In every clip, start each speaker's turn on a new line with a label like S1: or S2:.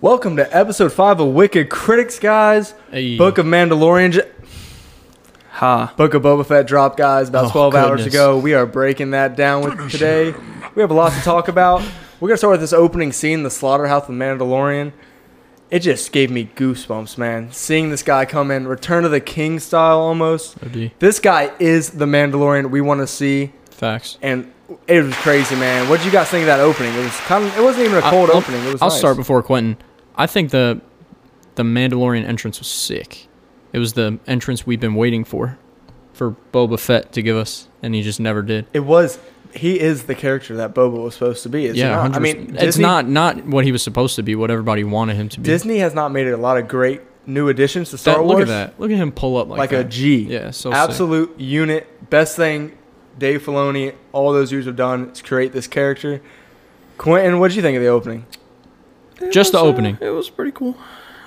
S1: Welcome to episode five of Wicked Critics, guys.
S2: Hey.
S1: Book of Mandalorian, j-
S2: Ha.
S1: Book of Boba Fett dropped, guys, about
S2: Oh,
S1: 12 hours
S2: goodness.
S1: ago. We are breaking that down with today. We have a lot to talk about. We're gonna start with this opening scene, the slaughterhouse of the Mandalorian. It just gave me goosebumps, man. Seeing this guy come in, Return of the King style almost.
S2: OD.
S1: This guy is the Mandalorian we want to see,
S2: Facts.
S1: and it was crazy, man. What did you guys think of that opening? It was kind of, it wasn't even a
S2: I-
S1: cold
S2: I'll-
S1: opening. It was
S2: I'll
S1: nice.
S2: start before Quentin. I think the the Mandalorian entrance was sick. It was the entrance we've been waiting for, for Boba Fett to give us, and he just never did.
S1: It was. He is the character that Boba was supposed to be. Is he
S2: yeah,
S1: not? I
S2: 100%.
S1: mean,
S2: it's
S1: Disney-
S2: not not what he was supposed to be. What everybody wanted him to be.
S1: Disney has not made a lot of great new additions to Star
S2: That-
S1: Wars.
S2: Look at that. Look at him pull up like,
S1: Like, a
S2: that.
S1: G.
S2: Yeah, so sick.
S1: Absolute unit. Best thing Dave Filoni, all those dudes have done is create this character. Quentin, what did you think of the opening?
S2: Just the
S3: was, uh,
S2: opening.
S3: it was pretty cool.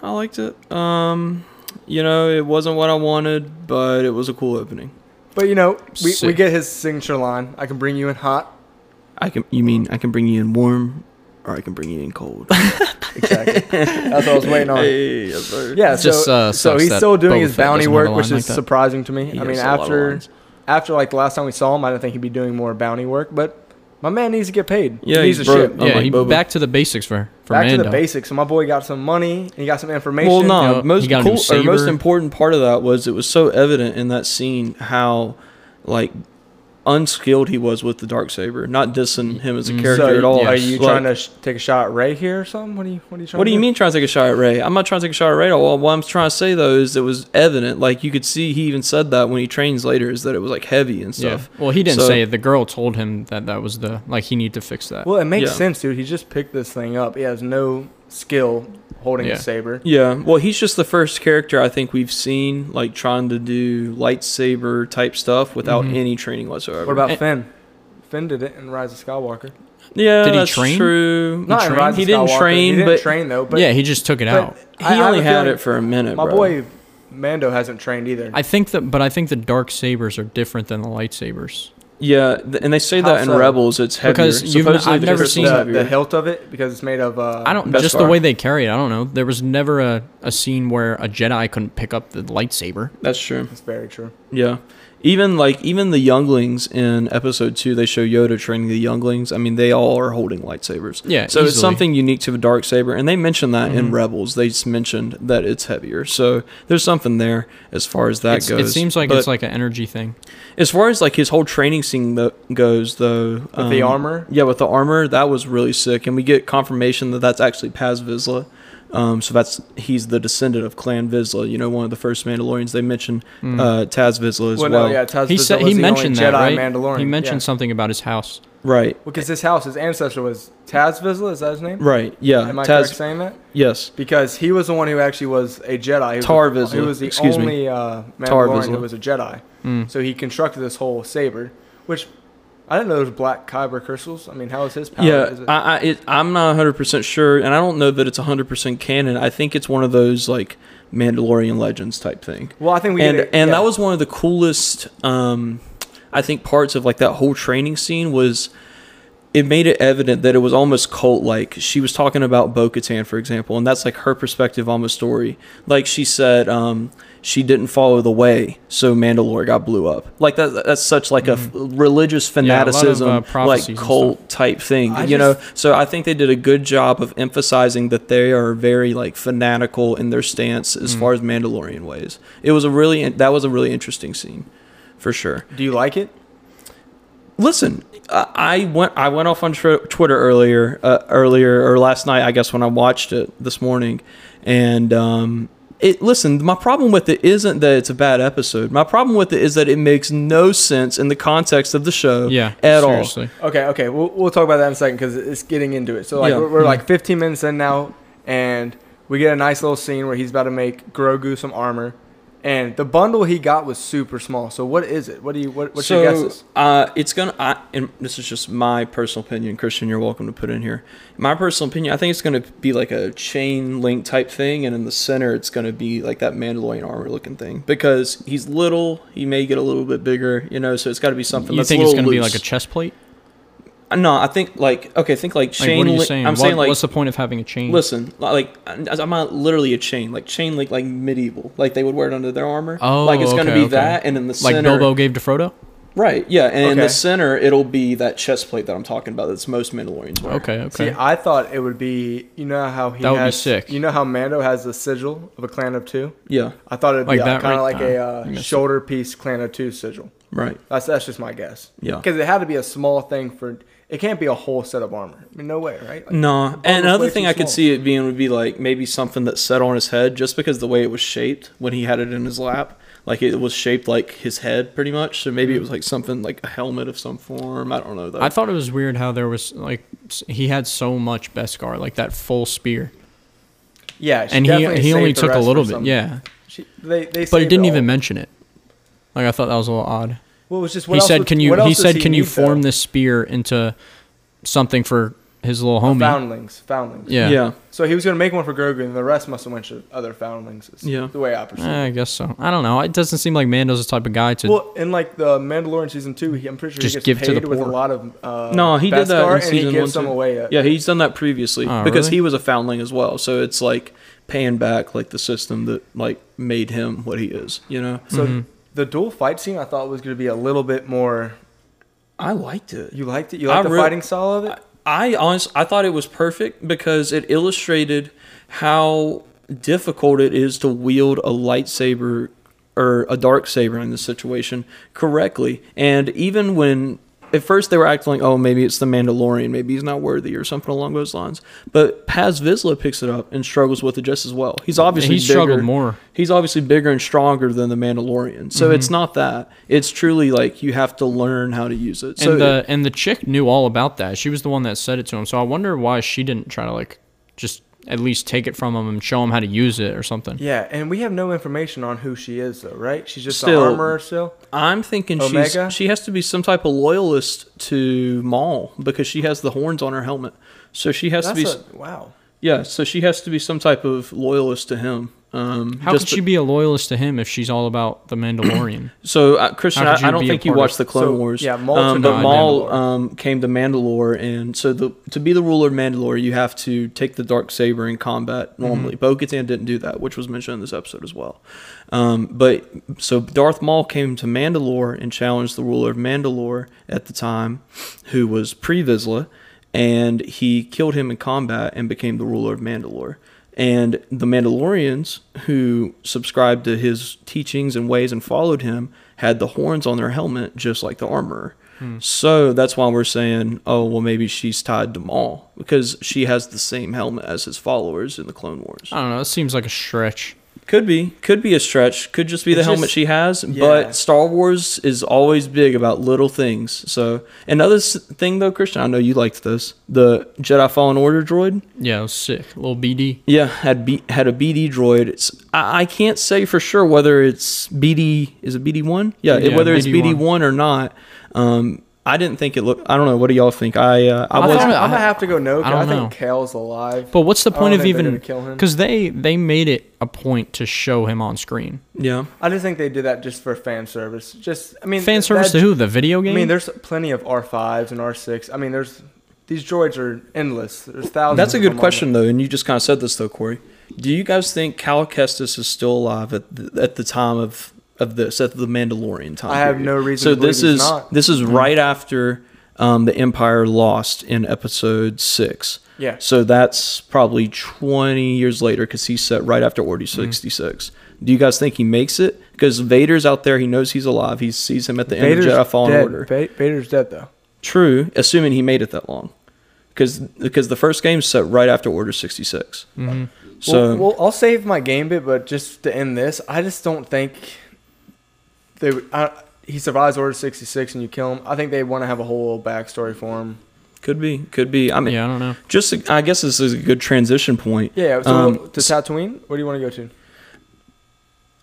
S3: I liked it. Um, you know, it wasn't what I wanted, but it was a cool opening.
S1: But you know, we, we
S2: Sick.
S1: get his signature line. I can bring you in hot.
S3: I can. You mean I can bring you in warm, or I can bring you in cold?
S1: Exactly. That's what I was waiting on.
S3: Hey, yes, sir.
S1: Yeah,
S2: It just,
S1: so,
S2: uh,
S1: so
S2: sucks
S1: he's
S2: that
S1: still doing
S2: Boba
S1: his
S2: Fett
S1: bounty
S2: doesn't have a
S1: work,
S2: line
S1: which
S2: like
S1: is
S2: that.
S1: surprising to me.
S3: He
S1: I mean,
S3: has a lot of
S1: after
S3: lines.
S1: after like the last time we saw him, I didn't think he'd be doing more bounty work. But my man needs to get paid.
S3: Yeah,
S1: he needs
S3: he's
S1: a
S3: broke.
S1: ship.
S3: Oh,
S2: yeah,
S3: like
S2: he,
S3: Boba.
S2: back to the basics for for
S1: Back
S2: Mando.
S1: to the basics. So my boy got some money. And he got some information.
S3: Well, no.
S2: Yeah, he
S3: most
S2: got a new
S3: cool, or most
S2: saber.
S3: important part of that was it was so evident in that scene how, like, unskilled he was with the dark saber. Not dissing him as a
S2: Mm.
S3: character
S1: so
S3: at all.
S1: Are you
S3: Like,
S1: trying to sh- take a shot at Ray here or something? What do you What are you trying?
S3: What
S1: to
S3: do you mean trying to take a shot at Ray? I'm not trying to take a shot at Ray at all. What I'm trying to say though is it was evident. Like you could see, he even said that when he trains later, is that it was like heavy and
S2: Yeah.
S3: stuff.
S2: Well, he didn't
S3: So-
S2: say it. The girl told him that that was the like he needed to fix that.
S1: Well, it makes
S3: Yeah.
S1: sense, dude. He just picked this thing up. He has no skill holding
S2: Yeah.
S1: a saber.
S3: Yeah. Well, he's just the first character I think we've seen like trying to do lightsaber type stuff without
S2: Mhm.
S3: any training whatsoever.
S1: Mm-hmm. What about
S2: And-
S1: Finn? Finn did it in Rise of Skywalker.
S3: Yeah,
S2: Did he
S3: that's
S2: train?
S3: true.
S1: Not in
S2: trained?
S1: Rise of
S3: He didn't
S1: Skywalker. He
S3: train,
S1: didn't
S3: but-
S1: train though. But
S2: yeah, he just took it
S1: but-
S2: out.
S3: He
S1: I- I have
S3: only
S1: a
S3: had
S1: feeling-
S3: it for a minute.
S1: My
S3: bro.
S1: boy Mando hasn't trained either.
S2: I think that, but I think the dark sabers are different than the lightsabers.
S3: Yeah, th- and they say
S1: How
S3: that in
S1: so?
S3: Rebels, it's heavier.
S2: Because you've n-
S3: Supposedly
S2: I've
S3: the
S2: never
S3: crystal's
S2: seen
S1: the,
S3: heavier.
S1: the hilt of it because it's made of. Uh,
S2: I don't
S3: Beskar.
S2: just the way they carry it. I don't know. There was never a, a scene where a Jedi couldn't pick up the lightsaber.
S3: That's true.
S1: That's very true.
S3: Yeah. Even like even the younglings in episode two, they show Yoda training the younglings. I mean, they all are holding lightsabers.
S2: Yeah,
S3: So it's
S2: easily.
S3: something unique to the dark saber, and they mentioned that in
S2: Mhm.
S3: Rebels. They just mentioned that it's heavier. So there's something there as far as that
S2: It's-
S3: goes.
S2: It seems like
S3: But
S2: it's like an energy thing.
S3: as far as like his whole training scene tho- goes, though. With
S1: the armor?
S3: Yeah, with the armor, that was really sick, and we get confirmation that that's actually Paz Vizsla. Um, so that's he's the descendant of Clan Vizsla. You know, one of the first Mandalorians. They mentioned
S2: Mm.
S3: uh, Taz Vizsla as
S1: well, no,
S3: well.
S1: yeah, Taz
S2: he
S1: Vizsla
S2: said
S1: was
S2: he
S1: the
S2: mentioned
S1: only
S2: that
S1: Jedi
S2: right.
S1: Mandalorian.
S2: He mentioned
S1: yeah.
S2: something about his house.
S3: Right.
S1: because his house, his ancestor was Taz Vizsla. Is that his name?
S3: Right. Yeah.
S1: Am I correct
S3: Taz.
S1: saying that?
S3: Yes.
S1: Because he was the one who actually was a Jedi. He was
S3: Tar
S1: the-
S3: Vizsla,
S1: He was the
S3: excuse me.
S1: only uh,
S3: Tar
S1: Mandalorian who
S3: Vizsla.
S1: was a Jedi.
S2: Mm.
S1: So he constructed this whole saber, which I didn't know there was black kyber crystals. I mean, how is his power?
S3: Yeah.
S1: Is it-
S3: I, I it, I'm not 100 percent sure, and I don't know that it's 100 percent canon. I think it's one of those like Mandalorian legends type thing.
S1: well, I think we
S3: and
S1: get it.
S3: and
S1: yeah.
S3: that was one of the coolest, um, I think, parts of like that whole training scene was. It made it evident that it was almost cult like. She was talking about Bo Katan, for example, and that's like her perspective on the story. Like she said, um, she didn't follow the way, so Mandalore got blew up. Like that, that's such like a f- religious
S2: Mm-hmm. Yeah, a lot of,
S3: fanaticism,
S2: uh, prophecies
S3: like
S2: and stuff.
S3: cult type thing.
S1: I
S3: you
S1: just-
S3: know, so I think they did a good job of emphasizing that they are very like fanatical in their stance as far as Mandalorian ways. It was a really that was a really interesting scene, for sure.
S1: Do you like it?
S3: Listen, I I went I went off on tr- Twitter earlier uh, earlier or last night I guess when I watched it this morning, and um, it listen my problem with it isn't that it's a bad episode. My problem with it is that it makes no sense in the context of the show.
S2: Yeah.
S3: at all.
S2: seriously.
S1: Okay, okay. We'll, we'll talk about that in a second because it's getting into it. So, like,
S3: Yeah.
S1: we're, we're
S2: Mm-hmm.
S1: like 15 minutes in now, and we get a nice little scene where he's about to make Grogu some armor. And the bundle he got was super small. So, what is it? What do you, what, what's your guesses?
S3: Uh, it's gonna. I, and this is just my personal opinion, Christian. You're welcome to put in here. My personal opinion. I think it's gonna be like a chain link type thing, and in the center, it's gonna be like that Mandalorian armor looking thing because he's little. He may get a little bit bigger, you know. So it's got to be something.
S2: You
S3: that's
S2: think
S3: a
S2: it's going
S3: little
S2: to be
S3: loose. Uh,
S2: like a chest plate?
S3: no, I think like okay, think like
S2: Like,
S3: chain.
S2: what are you
S3: link-
S2: saying?
S3: I'm
S2: What-
S3: saying like
S2: what's the point of having a chain?
S3: listen, like I'm not literally a chain, like chain link, like medieval, like they would wear it under their armor.
S2: Oh,
S3: like it's gonna
S2: okay,
S3: be
S2: okay.
S3: that, and in the
S2: like
S3: center,
S2: Bilbo gave to Frodo.
S3: right? Yeah, and in
S1: Okay.
S3: the center it'll be that chest plate that I'm talking about. That's most Mandalorians wear.
S2: Okay, okay.
S1: See, I thought it would be you know how he
S2: That would be
S1: has,
S2: sick.
S1: You know how Mando has the sigil of a clan of two.
S3: Yeah,
S1: I thought it'd
S2: Like
S1: be
S2: that
S1: kind of
S2: right-
S1: like a
S2: uh, you
S1: uh,
S2: missed it.
S1: shoulder piece clan of two sigil.
S3: right.
S1: That's that's just my guess.
S3: Yeah.
S1: because it had to be a small thing for. It can't be a whole set of armor. I mean, no way, right? Like,
S3: No,
S1: was
S3: and another
S1: way
S3: thing
S1: too
S3: I could
S1: small.
S3: see it being would be like maybe something that's set on his head, just because the way it was shaped when he had it in his lap, like it was shaped like his head pretty much. So maybe it was like something like a helmet of some form. I don't know though.
S2: I thought it was weird how there was like s- he had so much Beskar, like that full spear,
S1: Yeah, she
S2: and he
S1: definitely
S2: he only
S1: saved the
S2: took a
S1: rest
S2: little
S1: for
S2: bit,
S1: some-
S2: yeah.
S1: She, they, they
S2: But
S1: saved
S2: it didn't
S1: all.
S2: even mention it. Like I thought that was a little odd.
S1: Well, it was just what
S2: He
S1: else
S2: said,
S1: would-
S2: "Can you?"
S1: what
S2: He
S1: else does
S2: said, "Can you
S1: need,
S2: form
S1: though?
S2: this spear into something for his little homie?"
S1: foundlings? Foundlings.
S2: yeah.
S3: yeah,
S1: So he was gonna make one for Grogu, and the rest must have went to other foundlings. is
S3: Yeah.
S1: the way I perceive. it.
S2: Eh, I guess so. I don't know. It doesn't seem like Mando's the type of guy to.
S1: Well, in like the Mandalorian season two, he, I'm pretty sure
S2: Just
S1: he gets
S2: give to the
S1: paid with a
S2: poor.
S1: lot of. Uh,
S3: No, he did that in
S1: Beskar, and
S3: season
S1: he gives
S3: one,
S1: them
S3: too.
S1: away. uh, At,
S3: yeah, he's done that previously
S2: Oh,
S3: because
S2: really?
S3: he was a foundling as well. So it's like paying back like the system that like made him what he is. You know,
S1: So
S2: Mm-hmm.
S1: the dual fight scene, I thought was gonna be a little bit more.
S3: I liked it.
S1: You liked it. You
S3: I
S1: liked the
S3: re-
S1: fighting style of it.
S3: I honestly, I thought it was perfect because it illustrated how difficult it is to wield a lightsaber or a dark saber in this situation correctly. And even when at first they were acting like, oh, maybe it's the Mandalorian, maybe he's not worthy or something along those lines. But Paz Vizsla picks it up and struggles with it just as well. He's obviously
S2: he struggled
S3: bigger-
S2: more. Mm-hmm.
S3: he's obviously bigger and stronger than the Mandalorian. So it's not that. It's truly like you have to learn how to use it. So
S2: and the and the chick knew all about that. She was the one that said it to him. So I wonder why she didn't try to like just at least take it from him and show him how to use it or something.
S1: Yeah, and we have no information on who she is, though, right? She's just
S3: Still-
S1: an armorer still.
S3: I'm thinking
S1: Omega?
S3: she's she has to be some type of loyalist to Maul because she has the horns on her helmet. So she has
S1: That's
S3: to
S1: a,
S3: be
S1: wow.
S3: yeah. So she has to be some type of loyalist to him. Um,
S2: How
S3: just
S2: could she be a loyalist to him if she's all about the Mandalorian?
S3: So uh, Christian,
S2: How
S3: I,
S2: could you
S3: I don't
S2: be a
S3: think you
S2: part
S3: watched
S2: of-
S3: the Clone
S1: So,
S3: Wars.
S1: yeah, Maul
S3: um,
S1: took
S3: but
S2: on
S3: Maul
S1: Mandalore.
S3: um, came to Mandalore, and so the to be the ruler of Mandalore, you have to take the dark saber in combat
S2: Mm-hmm.
S3: normally. Bo-Katan didn't do that, which was mentioned in this episode as well. Um, but so Darth Maul came to Mandalore and challenged the ruler of Mandalore at the time, who was Pre Vizsla, and he killed him in combat and became the ruler of Mandalore. And the Mandalorians who subscribed to his teachings and ways and followed him had the horns on their helmet, just like the armorer. So that's why we're saying, oh, well, maybe she's tied to Maul because she has the same helmet as his followers in the Clone Wars.
S2: I don't know. It seems like a stretch.
S3: Could be, could be a stretch. Could just be the
S1: It's
S3: helmet
S1: just-
S3: she has.
S1: yeah.
S3: But Star Wars is always big about little things. So another s- thing, though, Christian, I know you liked this. The Jedi Fallen Order droid.
S2: Yeah, it was sick. little BD.
S3: Yeah, had B, had a BD droid. It's I, I can't say for sure whether it's BD is it BD one? Yeah,
S2: Yeah,
S3: whether it's
S2: BD1.
S3: BD one or not. Um, I didn't think it looked. I don't know. What do y'all think? I uh, I,
S2: I
S1: I
S3: was
S1: am
S2: thought-
S1: gonna have to go no. 'cause
S2: I
S1: I,
S2: don't know.
S1: think Kale's alive.
S2: But what's the
S1: I
S2: point
S1: don't
S2: of
S1: think they're
S2: even
S1: gonna kill him.
S2: because they they made it a point to show him on screen.
S3: yeah.
S1: I just think they did that just for fan service. Just I mean,
S2: Fan service
S1: that-
S2: to who? The video game.
S1: I mean, there's plenty of R5s and R6. I mean, there's these droids are endless. There's thousands.
S3: That's a
S1: of them
S3: good
S1: on
S3: question though, and you just kind of said this though, Corey. Do you guys think Cal Kestis is still alive at the, at the time of of this at the Mandalorian time?
S1: I have
S3: period?
S1: no reason
S3: So
S1: to believe
S3: this
S1: he's
S3: is
S1: not. Mm-hmm.
S3: this is right after um, the Empire lost in Episode Six.
S1: the- Yeah.
S3: So that's probably 20 years later because he's set right after Order
S1: Mm-hmm.
S3: 66. Do you guys think he makes it? Because Vader's out there. He knows he's alive. He sees him at the end of Jedi Fallen
S1: dead.
S3: Order.
S1: Va- Vader's dead though.
S3: True, assuming he made it that long. Because because the first game's set right after Order 66.
S2: Mhm.
S3: So
S1: well, well, I'll save my game bit, but just to end this, I just don't think they. would- I, he survives Order 66 and you kill him. I think they want to have a whole little backstory for him.
S3: could be, could be. I mean,
S2: yeah, I don't know.
S3: just I guess this is a good transition point.
S1: Yeah. So
S3: Um,
S1: to Tatooine, where do you want to go to?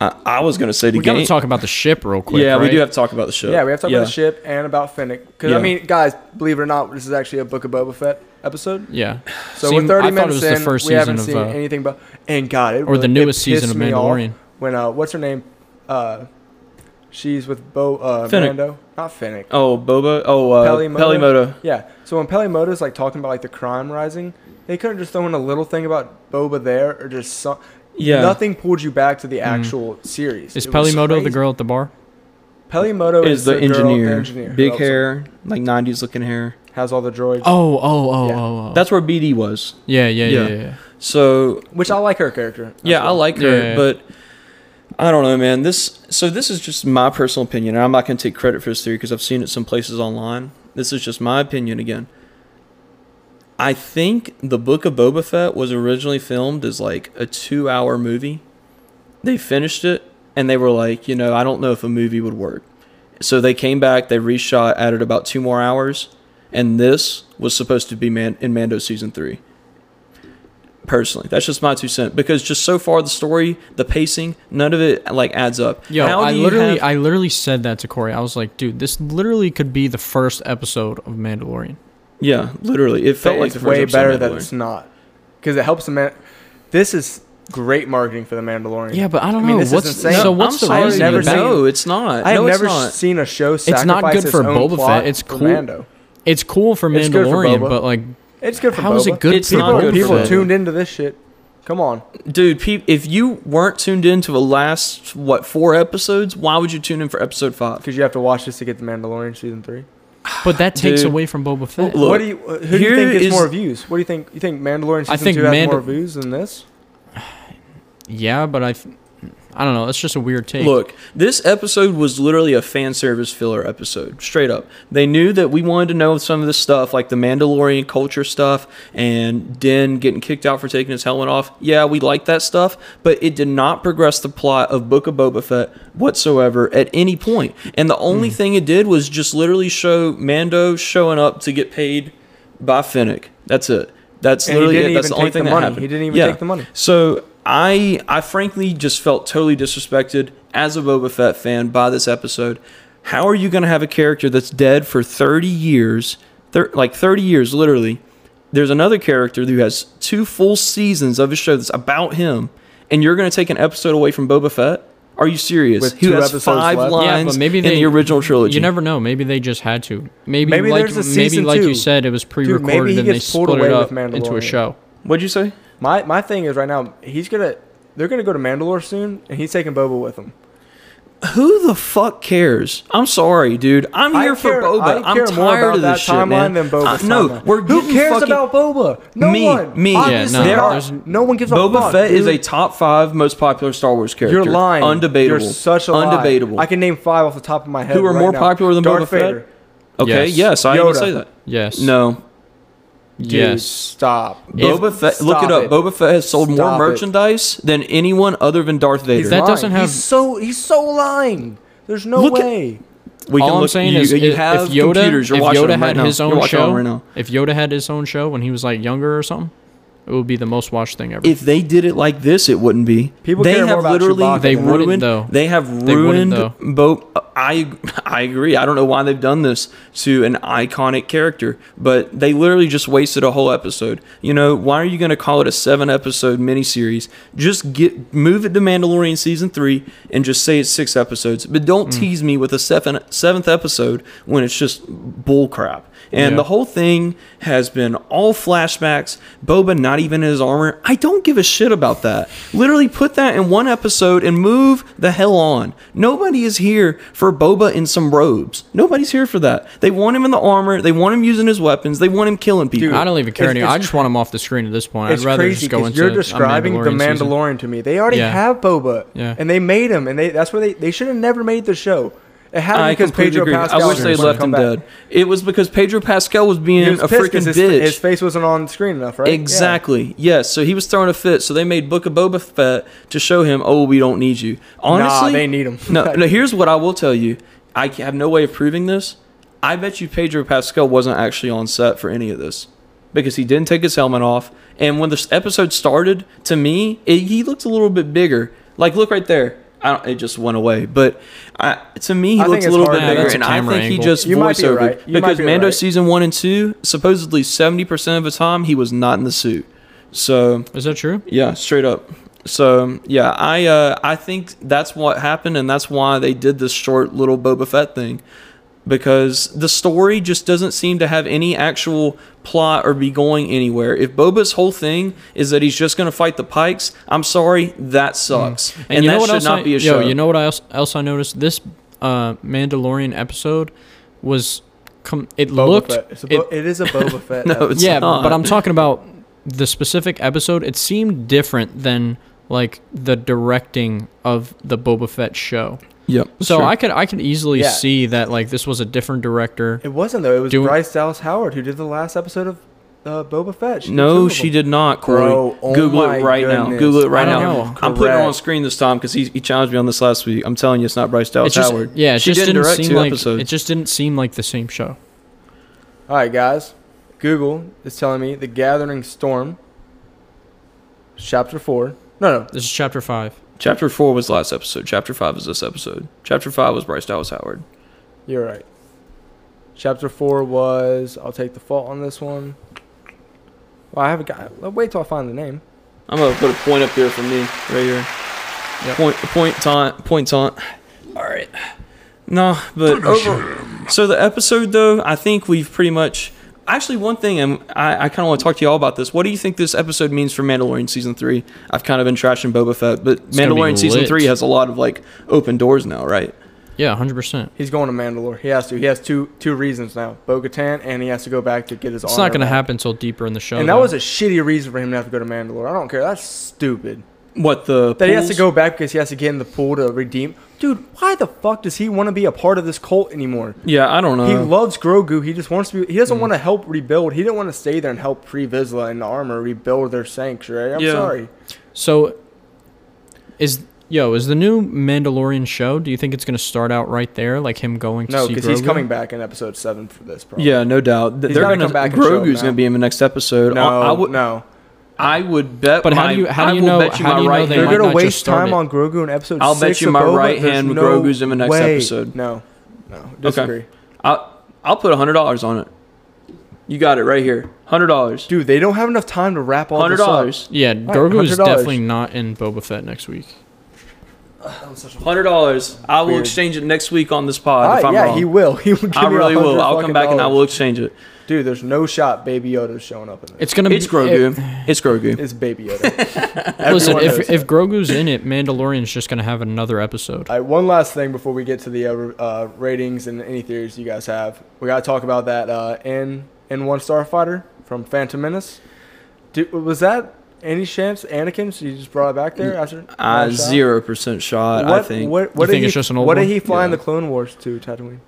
S3: I, I was gonna say the
S2: We
S3: game.
S2: gotta talk about the ship real quick.
S3: yeah, we
S2: right?
S3: do have to talk about the show.
S1: Yeah, we have to talk about the ship and about Finnick. Because I
S3: Yeah.
S1: mean, guys, believe it or not, this is actually a Book of Boba Fett episode.
S2: Yeah.
S1: So
S2: Seem-
S1: we're 30
S2: I thought it
S1: minutes
S2: was the
S1: in.
S2: first
S1: we haven't
S2: season
S1: seen
S2: of, uh,
S1: anything but and God, it
S2: Or
S1: really-
S2: the
S1: it
S2: newest season
S1: pissed
S2: of
S1: me off
S2: Mandalorian.
S1: When uh, what's her name? Uh, she's with Bo uh,
S3: Finnick.
S1: Mando. Not Finnick.
S3: Oh, Boba. Oh, uh,
S1: Pelimoto?
S3: Pelimoto.
S1: Yeah. So when Pelimoto's like talking about like the crime rising, they couldn't just throw in a little thing about Boba there or just some.
S3: Yeah.
S1: Nothing pulled you back to the actual series.
S2: Mm-hmm. Is
S1: It was
S2: Pelimoto the
S1: crazy.
S2: girl at the bar?
S1: Pelimoto
S3: Is the,
S1: girl-
S3: engineer.
S1: engineer Oh, who
S3: Big
S1: helps him.
S3: hair, like 90s looking hair.
S1: Has all the droids.
S2: Oh, oh, oh,
S1: Yeah.
S2: oh, oh.
S3: That's where BD was.
S2: yeah, yeah, yeah,
S3: Yeah.
S2: yeah. yeah.
S3: So
S1: Which I like her character. as
S3: yeah, I
S1: well.
S3: like her,
S2: Yeah, yeah, yeah.
S3: but I don't know, man. This so this is just my personal opinion, and I'm not going to take credit for this theory because I've seen it some places online. This is just my opinion again. I think the Book of Boba Fett was originally filmed as like a two-hour movie. They finished it, and they were like, you know, I don't know if a movie would work. So they came back, they reshot, added about two more hours, and this was supposed to be man- in Mando season three. Personally, that's just my two cents because just so far the story, the pacing, none of it like adds up.
S2: Yo,
S3: How
S2: I
S3: do you
S2: literally,
S3: have-
S2: I literally said that to Corey. I was like, dude, this literally could be the first episode of Mandalorian.
S3: yeah, literally, it felt
S1: But
S3: like
S1: it's
S3: the first
S1: way
S3: episode
S1: better
S3: of
S1: that
S3: Mandalorian.
S1: it's not because it helps the man. This is great marketing for the Mandalorian.
S2: Yeah, but I don't
S1: I mean,
S2: know
S1: this is
S2: what's
S1: insane.
S2: so.
S1: No,
S2: What's
S3: I'm
S2: the
S3: sorry,
S2: reason?
S1: never
S2: to back-
S1: seen-
S3: No, it's not.
S1: I have
S3: no,
S1: never
S3: it's not.
S1: seen a show.
S2: not
S1: Sacrifice
S2: good for
S1: its own
S2: Boba Fett,
S1: plot
S2: it's
S1: for
S2: cool.
S1: Mando.
S2: It's cool for
S1: It's good for
S2: Mandalorian,
S1: Boba.
S2: but like,
S1: It's good for
S2: how
S1: Boba.
S2: is it good?
S3: It's
S2: for
S1: People,
S3: not good
S2: Boba?
S3: for
S1: people
S3: Boba.
S1: tuned into this shit. Come on.
S3: dude peep if you weren't tuned into the last what four episodes why would you tune in for episode five
S1: Because you have to watch this to get the Mandalorian season three.
S2: But that takes
S3: Dude.
S2: away from Boba Fett.
S3: Look,
S1: what do you? Who do
S3: here
S1: you think gets
S3: is-
S1: more views? What do you think? You think Mandalorian season
S2: I think
S1: two has
S2: Mandal-
S1: more views than this?
S2: yeah, but I, f- I don't know. That's just a weird take.
S3: look this episode was literally a fan service filler episode straight up they knew that we wanted to know some of this stuff like the mandalorian culture stuff and din getting kicked out for taking his helmet off yeah we like that stuff but it did not progress the plot of book of boba fett whatsoever at any point and the
S1: Hmm.
S3: only thing it did was just literally show mando showing up to get paid by finnick that's it that's
S1: And he
S3: literally
S1: didn't
S3: it. That's
S1: even
S3: the only
S1: take the
S3: thing that
S1: money.
S3: happened.
S1: He didn't even take the money.
S3: So I I frankly just felt totally disrespected as a Boba Fett fan by this episode. How are you going to have a character that's dead for 30 years, thir- like 30 years literally? There's another character who has two full seasons of a show that's about him, and you're going to take an episode away from Boba Fett? Are you serious?
S1: With
S3: who
S1: two
S3: has
S1: episodes
S3: five
S1: left? Yeah, but
S2: yeah,
S3: lines
S2: but maybe they,
S3: in the original trilogy?
S2: You never know. Maybe they just had to. Maybe,
S1: Maybe
S2: like
S1: there's a
S2: maybe
S1: season
S2: like
S1: two.
S2: you said, it was pre-recorded
S1: maybe he
S2: and they
S1: gets pulled
S2: split it
S1: away with
S2: up into a
S1: Mandalorian.
S2: show.
S3: What'd you say?
S1: My my thing is right now he's gonna they're gonna go to Mandalore soon and he's taking Boba with him.
S3: Who the fuck cares? I'm sorry, dude. I'm
S1: I
S3: here
S1: care-
S3: for Boba.
S1: I
S3: I'm
S1: care
S3: tired
S1: more about
S3: of
S1: that
S3: this shit,
S1: timeline
S3: man.
S1: than Boba's
S3: I- no,
S1: timeline.
S3: we're
S1: Who
S3: getting
S1: cares
S3: fucking-
S1: about Boba? No
S3: Me,
S1: one.
S3: me. Yeah,
S1: Obviously
S2: no,
S1: there are-
S2: there's-
S1: no one gives a
S3: Boba
S1: fuck.
S3: Fett is
S1: dude.
S3: a top five most popular Star Wars character.
S1: You're lying.
S3: Undebatable.
S1: You're such a lie.
S3: undebatable.
S1: I can name five off the top of my head.
S3: Who are
S1: right
S3: more
S1: now.
S3: popular than
S1: Darth
S3: Boba Fett?
S1: Vader.
S3: okay,
S2: Yes.
S3: yes, I even
S1: Yoda.
S3: say that.
S2: Yes.
S3: No,
S1: Dude,
S2: Yes.
S1: Stop.
S3: Boba Fett. Look
S1: Stop
S3: it up.
S1: it.
S3: Boba Fett has sold more
S1: Stop it.
S3: merchandise than anyone other than Darth Vader.
S1: He's
S2: That
S1: lying.
S2: doesn't have-
S1: He's so he's so lying. There's no
S3: Look at-
S1: way.
S3: we
S2: All I'm saying
S3: you,
S2: is,
S3: you
S2: if-
S3: have
S2: if Yoda,
S3: computers. You're
S2: if
S3: watching
S2: Yoda
S3: them
S2: had
S3: right now.
S2: his
S3: You're
S2: own
S3: watching them
S2: show,
S3: right now.
S2: if Yoda had his own show when he was like younger or something, it would be the most watched thing ever.
S3: If they did it like this, it wouldn't be.
S1: People
S3: they
S1: care more
S3: have
S1: about
S3: literally
S1: Chewbacca
S2: They than- wouldn't,
S3: ruined-
S2: though.
S3: They have
S2: They
S3: ruined
S2: wouldn't,
S3: Bo. I I agree. I don't know why they've done this to an iconic character, but they literally just wasted a whole episode. You know why are you going to call it a seven episode miniseries? Just get move it to Mandalorian season three and just say it's six episodes. But don't
S2: Mm.
S3: tease me with a seven, seventh episode when it's just bull crap. And
S2: Yeah.
S3: the whole thing has been all flashbacks. Boba not even in his armor. I don't give a shit about that. Literally put that in one episode and move the hell on. Nobody is here for Boba in some robes. Nobody's here for that. They want him in the armor. They want him using his weapons. They want him killing people.
S1: Dude,
S2: I don't even care
S1: It's-
S2: anymore.
S1: it's
S2: I just want him off the screen at this point. I'd
S1: It's
S2: rather
S1: crazy
S2: just go
S1: because
S2: into
S1: you're
S2: a
S1: describing the
S2: Mandalorian season.
S1: Mandalorian to me. They already
S2: Yeah.
S1: have Boba,
S2: Yeah.
S1: and they made him, and they that's where they they should have never made the show. It happened
S3: I
S1: because
S3: completely
S1: Pedro
S3: agree.
S1: Pascal.
S3: I wish they
S1: didn't
S3: left
S1: come
S3: him
S1: back.
S3: dead. It was because Pedro Pascal was being
S1: He was
S3: a
S1: pissed 'cause
S3: freaking
S1: his,
S3: bitch.
S1: His face wasn't on screen enough, right? Yeah.
S3: Exactly. Yes. So he was throwing a fit. So they made Book of Boba Fett to show him, oh, we don't need you. Honestly,
S1: they need him.
S3: no, no. Here's what I will tell you. I have no way of proving this. I bet you Pedro Pascal wasn't actually on set for any of this because he didn't take his helmet off. And when this episode started, to me, it, he looked a little bit bigger. Like, look right there. I don't, it just went away, but I, to me, he
S1: I think
S3: looked a
S1: it's
S3: little
S1: hard
S3: bit
S1: to- Yeah,
S3: bigger,
S2: that's a
S3: and I
S2: camera
S3: think he
S2: angle.
S3: just
S1: You might be
S3: voiceovered
S1: right. You might
S3: because
S1: be
S3: Mando
S1: right.
S3: season one and two supposedly seventy percent of the time he was not in the suit. So
S2: Is that true?
S3: yeah, straight up. So yeah, I uh, I think that's what happened, and that's why they did this short little Boba Fett thing. because the story just doesn't seem to have any actual plot or be going anywhere. If Boba's whole thing is that he's just going to fight the Pikes, I'm sorry, that sucks. And,
S2: Mm. you
S3: that
S2: know what
S3: should
S2: else
S3: not
S2: I,
S3: be
S2: yo,
S3: a show.
S2: You know what else, else I noticed? This uh, Mandalorian episode was com- it
S1: Boba
S2: looked
S1: Fett. It's a
S2: it-
S1: Bo- it is a Boba Fett.
S3: No,
S1: episode.
S3: it's
S2: yeah,
S3: not.
S2: but I'm talking about the specific episode. It seemed different than like the directing of the Boba Fett show.
S3: Yep.
S2: So I could I could easily
S1: Yeah.
S2: see that like this was a different director.
S1: It wasn't though. It was
S2: Doing-
S1: Bryce Dallas Howard who did the last episode of uh, Boba Fett. She did two
S3: No,
S1: of
S3: she
S1: them.
S3: did not, Corey.
S1: Bro, oh
S3: Google
S1: my
S3: it right now.
S1: goodness.
S3: Google it right
S2: I don't
S3: now.
S2: know.
S3: I'm putting it on
S1: Correct.
S3: screen this time because he, he challenged me on this last week. I'm telling you, it's not Bryce Dallas
S2: It just,
S3: Howard.
S2: yeah, it
S3: she
S2: just
S3: didn't
S2: didn't,
S3: direct
S2: seem
S3: two
S2: like
S3: episodes.
S2: it just didn't seem like the same show.
S1: All right, guys. Google is telling me the Gathering Storm, chapter four. No, no.
S2: This is chapter five.
S3: Chapter four was last episode. Chapter five is this episode. Chapter five was Bryce Dallas Howard.
S1: You're right. Chapter four was. I'll take the fault on this one. Well, I haven't got. I'll wait till I find the name.
S3: I'm gonna put a point up there for me right here.
S2: Yep.
S3: Point, point taunt, point taunt. All right. No, but over. So the episode though, I think we've pretty much. Actually, one thing, and I, I kind of want to talk to you all about this. What do you think this episode means for Mandalorian season three? I've kind of been trashing Boba Fett, but
S2: gonna be
S3: Mandalorian season
S2: lit.
S3: three has a lot of like open doors now, right?
S2: Yeah, hundred percent.
S1: He's going to Mandalore. He has to. He has two two reasons now: Bo-Katan, and he has to go back to get his.
S2: It's not
S1: honor
S2: going to
S1: back.
S2: happen until deeper in the show.
S1: And that
S2: though.
S1: was a shitty reason for him to have to go to Mandalore. I don't care. That's stupid.
S3: What the
S1: That he has to
S3: pools?
S1: go back because he has to get in the pool to redeem. Dude, why the fuck does he want to be a part of this cult anymore?
S3: Yeah, I don't know.
S1: He
S2: Uh-huh.
S1: loves Grogu. He just wants to be. He
S2: Mm-hmm.
S1: doesn't want to help rebuild. He didn't want to stay there and help Pre Vizsla and the armor rebuild their sanctuary. I'm
S3: Yeah.
S1: sorry.
S2: So, is yo is the new Mandalorian show? Do you think it's gonna start out right there, like him going to
S1: No,
S2: see
S1: because he's
S2: Grogu?
S1: coming back in episode seven for this. Probably.
S3: yeah, no doubt. Th-
S1: He's
S3: They're
S1: gotta
S3: gonna
S1: come back and show him
S3: Grogu's gonna
S1: now.
S3: be in the next episode.
S1: No.
S3: I, I would.
S1: no.
S3: I would bet.
S2: But how
S3: my-
S2: do you- how
S3: I
S2: do you
S3: will
S2: know-
S3: Bet you
S2: how
S3: my
S2: do you know
S3: right
S2: they
S3: hand-
S1: They're
S2: might
S1: gonna
S2: not just
S1: waste
S2: start
S1: time
S2: it.
S1: on Grogu in episode.
S3: I'll bet
S1: six
S3: you
S1: of
S3: my
S1: Boba.
S3: right
S1: There's
S3: hand
S1: no
S3: Grogu's in the next
S1: way.
S3: episode.
S1: No, no, disagree.
S3: I'll, I'll put hundred dollars on it. You got it right here. Hundred dollars.
S1: Dude, they don't have enough time to wrap all
S3: Hundred
S1: this up.
S3: dollars.
S2: Yeah, Grogu is
S1: $100.
S2: definitely not in Boba Fett next week.
S3: Hundred dollars. I will
S1: Weird.
S3: exchange it next week on this pod
S1: Alright,
S3: if I'm
S1: yeah,
S3: wrong.
S1: he will. He will. Give
S3: I
S1: me
S3: really will.
S1: 100
S3: I'll come
S1: fucking
S3: back and I
S1: dollars.
S3: will exchange it.
S1: Dude, there's no shot Baby Yoda's showing up in it.
S2: It's gonna
S3: It's
S2: be
S3: Grogu.
S2: it-
S3: it's Grogu.
S1: It's Baby Yoda.
S2: listen,
S1: Everyone knows
S2: if
S1: that.
S2: if Grogu's in it, Mandalorian's just gonna have another episode.
S1: All right, one last thing before we get to the uh, uh, ratings and any theories you guys have, we gotta talk about that uh, N N one Starfighter from Phantom Menace. Dude, was that any chance Anakin? So you just brought it back there after
S3: I
S1: last shot?
S3: Mm, uh, zero percent shot.
S1: What,
S3: I think.
S1: What, what
S2: You
S1: did
S2: think
S1: he,
S2: it's just an old
S1: What did
S2: one?
S1: he fly in
S3: Yeah.
S1: the Clone Wars to Tatooine?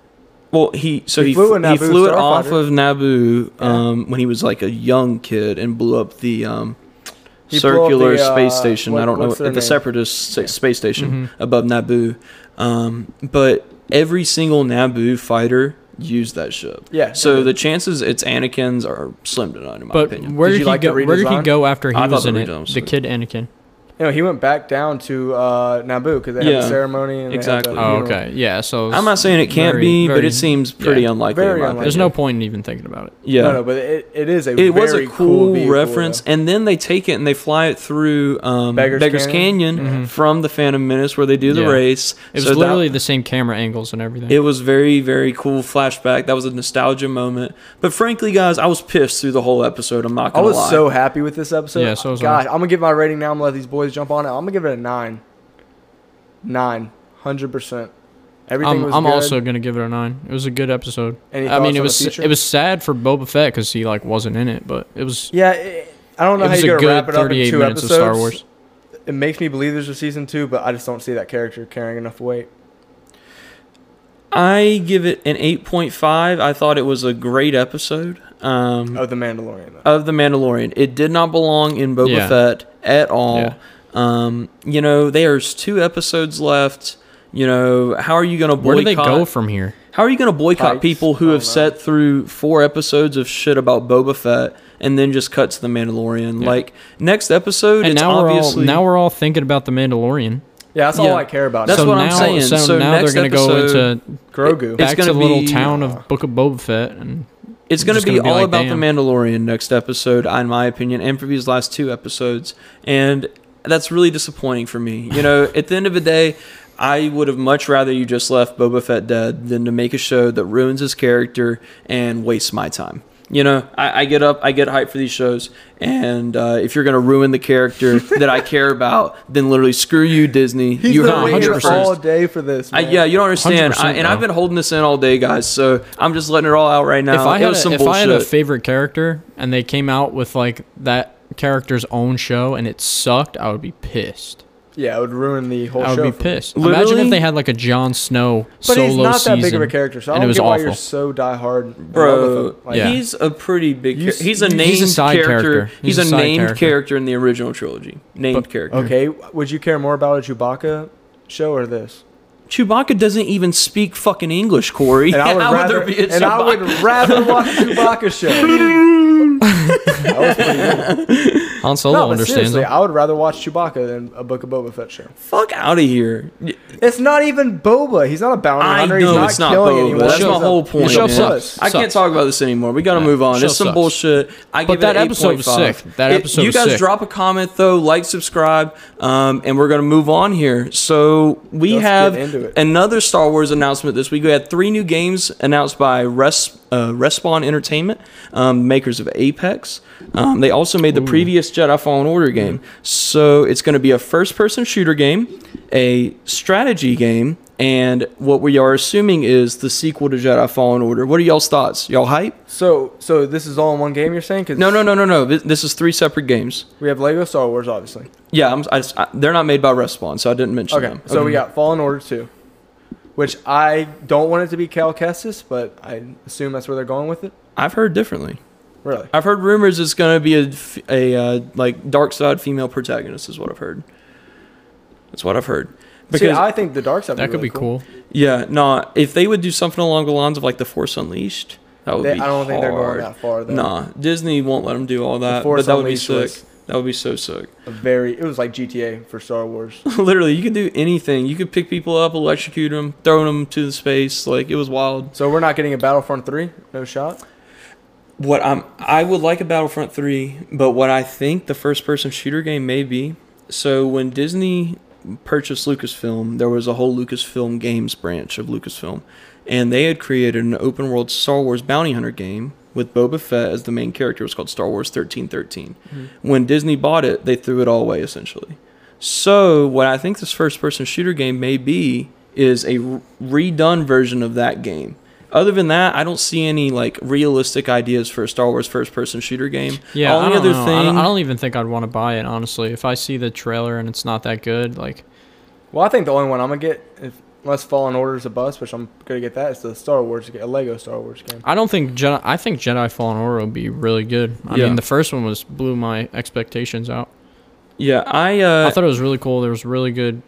S3: Well, he so
S1: He
S3: he,
S1: flew
S3: flew,
S1: a
S3: he
S1: Naboo
S3: flew it
S1: starfighter.
S3: off of Naboo
S1: Yeah.
S3: um, when he was like a young kid and blew up the um,
S1: He blew up
S3: circular
S1: the, uh,
S3: space station.
S1: what-
S3: I don't know
S1: what's their
S3: the
S1: name? Mm-hmm.
S3: Separatist s- space
S2: Mhm.
S3: station above Naboo, um, but every single Naboo fighter used that ship.
S1: Yeah.
S3: So the chances it's Anakin's are slim to none in my
S2: But
S3: opinion.
S2: where
S1: Did
S2: did,
S1: you
S2: he
S1: like the
S2: go? Where did he
S1: redesign?
S2: go after he
S3: I thought
S2: was
S3: the
S2: in it?
S3: redesign was
S2: The
S3: sweet.
S2: kid Anakin.
S1: You know, he went back down to uh, Naboo because they had
S3: Yeah.
S1: a ceremony. And they had the
S3: Exactly.
S2: Oh,
S1: funeral.
S2: okay. Yeah. So
S3: I'm not saying it can't
S2: very-
S3: be, but
S2: very-
S3: it seems pretty
S2: yeah.
S3: unlikely.
S1: Very
S3: in my
S1: unlikely.
S2: There's
S3: opinion.
S2: no point in even thinking about it.
S3: Yeah.
S1: No, no, but it, it is a
S3: it was
S1: very
S3: a cool,
S1: vehicle,
S3: reference,
S1: though.
S3: and then they take it and they fly it through um,
S1: Beggar's
S3: Beggar's,
S1: Canyon? Mm-hmm.
S3: Canyon, from the Phantom Menace, where they do the
S2: Yeah.
S3: race.
S2: It was
S3: So that-
S2: literally the same camera angles and everything.
S3: it was very, very cool flashback. That was a nostalgia moment. But frankly, guys, I was pissed through the whole episode. I'm not
S1: I
S3: gonna
S1: was
S3: lie.
S1: so happy with this episode.
S2: Yeah, so was
S1: God,
S2: I.
S1: I'm gonna give my rating now. I'm gonna let these boys jump on it. I'm gonna give it a nine. Nine, hundred percent. Everything
S2: I'm,
S1: was
S2: I'm
S1: good.
S2: also gonna give it a nine. It was a good episode.
S1: Any
S2: I
S1: thoughts
S2: mean,
S1: on the
S2: it was
S1: future?
S2: it was sad for Boba Fett because he like wasn't in it, but it was
S1: yeah. It, I don't know
S2: it
S1: how
S2: was
S1: you're
S2: a
S1: gonna wrap
S2: good
S1: it up in
S2: 38
S1: two
S2: minutes
S1: episodes.
S2: of Star Wars.
S1: It makes me believe there's a season two, but I just don't see that character carrying enough weight.
S3: I give it an 8.5. I thought it was a great episode
S2: Mm.
S1: Of
S3: um,
S1: Oh, the Mandalorian. Though.
S3: of The Mandalorian. It did not belong in Boba
S2: Yeah.
S3: Fett at all.
S2: Yeah.
S3: Um, you know, there's two episodes left. You know, how are you going to boycott?
S2: Where do they go from here?
S3: How are you going to boycott
S1: Pikes?
S3: people
S1: I
S3: who
S1: don't
S3: have
S1: know.
S3: sat through four episodes of shit about Boba Fett and then just cut to the Mandalorian?
S2: Yeah.
S3: Like next episode,
S2: And
S3: it's
S2: now we're all
S3: obviously
S2: now we're all thinking about the Mandalorian.
S1: yeah, that's
S3: yeah.
S1: all I care about.
S3: That's
S1: now.
S2: so
S3: what
S2: now,
S3: I'm saying.
S2: So,
S3: So
S2: now they're
S3: next
S2: gonna go
S3: episode-
S2: into
S1: Grogu.
S3: it-
S2: back to the
S3: gonna
S2: little
S3: be-
S2: town
S1: uh,
S2: of Book of Boba Fett, and
S3: it's going to
S2: just
S3: be
S2: gonna be
S3: all
S2: like,
S3: about
S2: damn.
S3: the Mandalorian next episode, in my opinion, and for these last two episodes, and that's really disappointing for me. You know, at the end of the day. I would have much rather you just left Boba Fett dead than to make a show that ruins his character and wastes my time. You know, I, I get up, I get hyped for these shows, and uh, if you're going to ruin the character that I care about, then literally screw you, Disney.
S1: He's
S3: you
S1: been
S3: heard me
S1: waiting
S3: here
S2: 100%.
S3: first.
S1: all day for this.
S3: I,
S1: Man.
S3: yeah, you don't understand. I,
S2: 100%
S3: and I've
S2: though.
S3: been holding this in all day, guys. So I'm just letting it all out right now.
S2: if I
S3: it
S2: had a,
S3: was some
S2: if
S3: bullshit.
S2: I had a favorite character and they came out with like that character's own show and it sucked, I would be pissed.
S1: yeah, it would ruin the whole
S2: I
S1: show.
S2: would be
S1: for me.
S2: pissed. Imagine
S3: Literally-
S2: if they had had like a Jon Snow
S1: But
S2: solo
S1: he's not that
S2: season.
S1: big of a character, so I
S2: and
S1: don't
S2: it was
S1: get why
S2: awful.
S1: you're so diehard, in love with
S3: Bro,
S1: him. Like,
S2: Yeah.
S3: he's a pretty big.
S1: You
S3: char-
S1: s-
S3: he's a
S1: he's a
S3: named
S2: side
S3: character.
S2: character. He's
S3: He's, a,
S2: a side
S3: named character.
S2: character.
S3: in the original trilogy. Named character.
S1: Okay, would you care more about a Chewbacca show or this?
S3: Chewbacca doesn't even speak fucking English, Corey.
S1: And I would
S3: How
S1: rather,
S3: there be a
S1: and I would
S3: Chewbacca?
S1: rather watch Chewbacca show. that was pretty good.
S2: Han Solo
S1: No, but
S2: understands.
S1: seriously,
S2: him.
S1: I would rather watch Chewbacca than a Book of Boba Fett show.
S3: Fuck out of here.
S1: It's not even Boba. He's not a bounty
S3: I
S1: hunter.
S3: know
S1: He's not
S3: it's not
S1: killing
S3: Boba.
S1: anyone.
S3: That's
S1: He's
S3: my
S1: a-
S3: whole point,
S1: he's a
S2: man.
S1: puss.
S3: I can't
S2: Sucks.
S3: talk about this anymore. We got to
S2: Yeah,
S3: move on.
S2: show
S3: It's some
S2: sucks.
S3: bullshit. I
S2: But
S3: give
S2: that
S3: it
S2: episode was
S3: 8.5.
S2: sick. That
S3: It-
S2: episode
S3: You
S2: was
S3: guys
S2: sick.
S3: drop a comment though, like, subscribe, um, and we're gonna move on here. So we
S1: Let's get into
S3: have
S1: it.
S3: another Star Wars announcement this week. We had three new games announced by Res, uh, Respawn Entertainment, um, makers of Apex. Um, they also made the previous Jedi Fallen Order game. So it's going to be a first-person shooter game, a strategy game, and what we are assuming is the sequel to Jedi Fallen Order. What are y'all's thoughts? Y'all hype?
S1: So, so this is all in one game. You're saying? 'Cause
S3: No, no, no, no, no. Th- This is three separate games.
S1: We have Lego Star Wars, obviously.
S3: Yeah, I'm, I just, I, they're not made by Respawn, so I didn't mention
S1: Okay,
S3: them.
S1: so we got Fallen Order 2, which I don't want it to be Cal Kestis, but I assume that's where they're going with it.
S3: I've heard differently.
S1: Really?
S3: I've heard rumors it's going to be a, f- a, uh, like dark side female protagonist is what I've heard. That's what I've heard.
S1: Because
S3: Because
S1: I think the Dark Side would
S2: That could
S1: really
S2: be cool.
S3: yeah, no, if they would do something along the lines of like the Force Unleashed, that would
S1: They-
S3: be.
S1: I don't think they're going
S3: hard.
S1: that far though.
S3: Nah, Disney won't let them do all that.
S1: Force
S3: But that would be
S1: Unleashed
S3: sick.
S1: was-
S3: That would be so sick.
S1: A very. It was like GTA for Star Wars.
S3: Literally, you could do anything. You could pick people up, electrocute them, throw them to the space. Like it was wild.
S1: so we're not getting a Battlefront 3, no shot.
S3: what I'm I would like a Battlefront 3, but what I think the first person shooter game may be. So when Disney purchased Lucasfilm, there was a whole Lucasfilm Games branch of Lucasfilm, and they had created an open world Star Wars bounty hunter game with Boba Fett as the main character. It was called Star Wars 1313. When Disney bought it, they threw it all away essentially. So what I think this first person shooter game may be is a r- redone version of that game. Other than that, I don't see any like realistic ideas for a Star Wars first person shooter game.
S2: Yeah,
S3: Only
S2: I don't
S3: other
S2: know. I,
S3: thing
S2: don't, I don't even think I'd want to buy it honestly. If I see the trailer and it's not that good, like
S1: Well, I think the only one I'm gonna get, if, unless Fallen Order is a bust, which I'm gonna get that, is the Star Wars, a Lego Star Wars game.
S2: I don't think Jedi. I think Jedi Fallen Order will be really good. I
S3: Yeah.
S2: mean, the first one was blew my expectations out.
S3: Yeah, I uh,
S2: I thought it was really cool. There was really good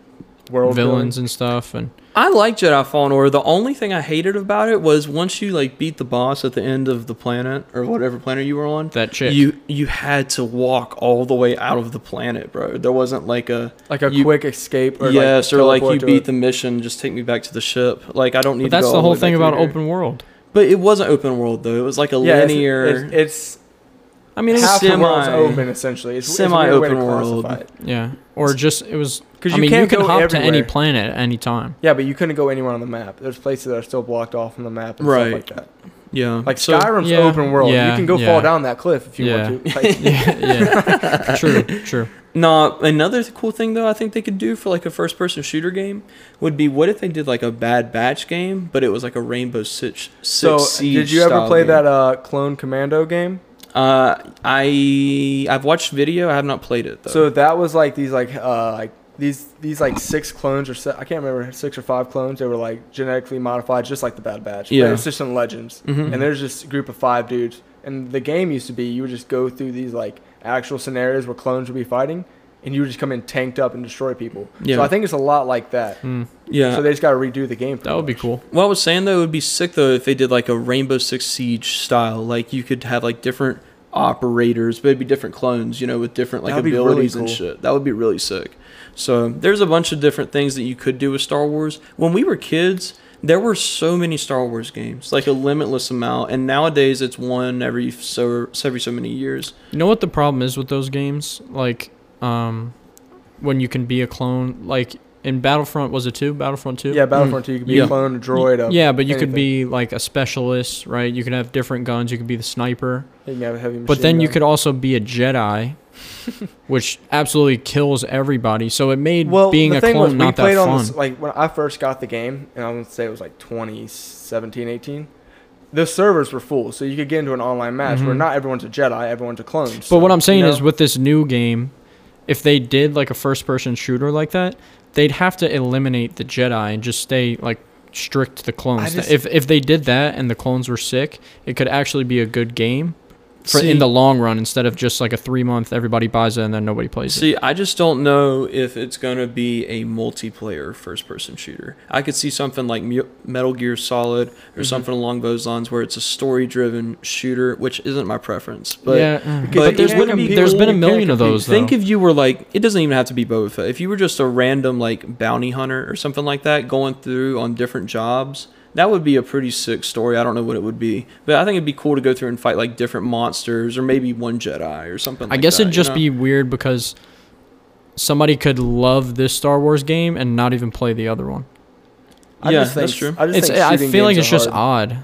S1: World
S2: villains and stuff, and
S3: I like Jedi Fallen Order. The only thing I hated about it was once you like beat the boss at the end of the planet or whatever planet you were on,
S2: that chick.
S3: you you had to walk all the way out of the planet, bro. There wasn't like a
S1: like a
S3: You-
S1: quick escape. Or
S3: yes
S1: like
S3: or like
S1: teleport
S3: you
S1: to
S3: beat
S1: a-
S3: the mission, just take me back to the ship. Like I don't need.
S2: but that's
S3: to go
S2: the
S3: all
S2: whole
S3: way
S2: thing
S3: back
S2: about
S3: through here.
S2: open world.
S3: But it wasn't open world though. It was like a
S1: Yeah, it's-
S3: linear.
S1: It's, it's,
S3: I mean, it was
S1: half
S3: semi.
S1: the world's open essentially. It's, it's a weird
S3: semi-open
S1: way to
S3: world.
S1: classify it.
S2: Yeah, or just it was.
S1: 'Cause
S2: I
S1: you
S2: mean,
S1: can't
S2: you
S1: go
S2: can hop to any
S1: everywhere.
S2: planet at any time.
S1: Yeah, but you couldn't go anywhere on the map. There's places that are still blocked off on the map and
S3: Right.
S1: stuff like that.
S3: Yeah,
S1: Like
S3: so,
S1: Skyrim's
S2: yeah,
S1: open world. you
S2: yeah,
S1: can go
S2: yeah.
S1: fall down that cliff if you want to. Like,
S2: yeah, yeah. true, true.
S3: Nah, another th- cool thing though I think they could do for like a first person shooter game would be what if they did like a Bad Batch game, but it was like a Rainbow Six, Six
S1: so,
S3: Siege.
S1: did you ever
S3: style
S1: play
S3: game.
S1: that uh, Clone Commando game?
S3: Uh, I I've watched video. I have not played it though.
S1: So that was like these like uh, like these these like six clones or se- I can't remember six or five clones. They were like genetically modified, just like the Bad Batch.
S3: Yeah.
S1: but it was just some legends.
S2: Mm-hmm.
S1: And there's just a group of five dudes. And the game used to be you would just go through these like actual scenarios where clones would be fighting, and you would just come in tanked up and destroy people.
S3: Yeah.
S1: So I think it's a lot like that.
S3: yeah.
S1: So they just got to redo the game.
S2: Hmm. That would be cool.
S3: what I was saying though, it would be sick though if they did like a Rainbow Six Siege style. Like you could have like different operators, but it'd be different clones, you know, with different like
S1: That'd be really
S3: abilities and
S1: cool.
S3: shit. That would be really sick. So there's a bunch of different things that you could do with Star Wars. When we were kids, there were so many Star Wars games, like a limitless amount. And nowadays, it's one every so every so many years.
S2: You know what the problem is with those games? Like, um, when you can be a clone, like in Battlefront was it two? Battlefront two.
S1: Yeah, Battlefront 2, you could be
S2: Hmm. Yeah.
S1: a clone, a droid, a
S2: Yeah, but you could
S1: anything.
S2: be like a specialist, right? You could have different guns. You could be the sniper,
S1: You can have a heavy
S2: but then
S1: machine
S2: you
S1: gun.
S2: could also be a Jedi, which absolutely kills everybody. So it made
S1: well,
S2: being
S1: the
S2: a
S1: thing
S2: clone
S1: was, we
S2: not that
S1: played
S2: fun.
S1: on this, like when I first got the game, and I would say it was like 2017, 18. The servers were full, so you could get into an online match where
S2: Mhm.
S1: not everyone's a Jedi, everyone's a clone.
S2: But what I'm saying is, with this new game, if they did like a first-person shooter like that, they'd have to eliminate the Jedi and just stay like strict to the clones.
S1: just-
S2: if if they did that and the clones were sick, it could actually be a good game for
S3: See-
S2: in the long run instead of just like a three-month everybody buys it and then nobody plays it.
S3: See, I just don't know if it's going to be a multiplayer first person shooter. I could see something like Mu- Metal Gear Solid or
S2: Mm-hmm.
S3: something along those lines where it's a story driven shooter, which isn't my preference. But
S2: yeah, mm.
S1: Because
S3: but
S1: you
S3: there's
S1: can't
S3: been,
S1: compete
S2: there's
S1: with
S2: been a
S1: you can't
S2: million of
S1: compete.
S2: those.
S3: Think
S2: though.
S3: if you were like, it doesn't even have to be Boba Fett. If you were just a random like bounty hunter or something like that going through on different jobs, that would be a pretty sick story. I don't know what it would be, but I think it'd be cool to go through and fight like different monsters or maybe one Jedi or something.
S2: I
S3: like
S2: guess
S3: that,
S2: it'd
S3: you
S2: just
S3: know?
S2: be weird because somebody could love this Star Wars game and not even play the other one.
S1: I
S3: Yeah,
S1: just think,
S3: that's true.
S1: I just
S2: It's
S1: think
S2: I
S1: shooting
S2: feel like
S1: games
S2: it's
S1: are
S2: just
S1: hard.
S2: odd.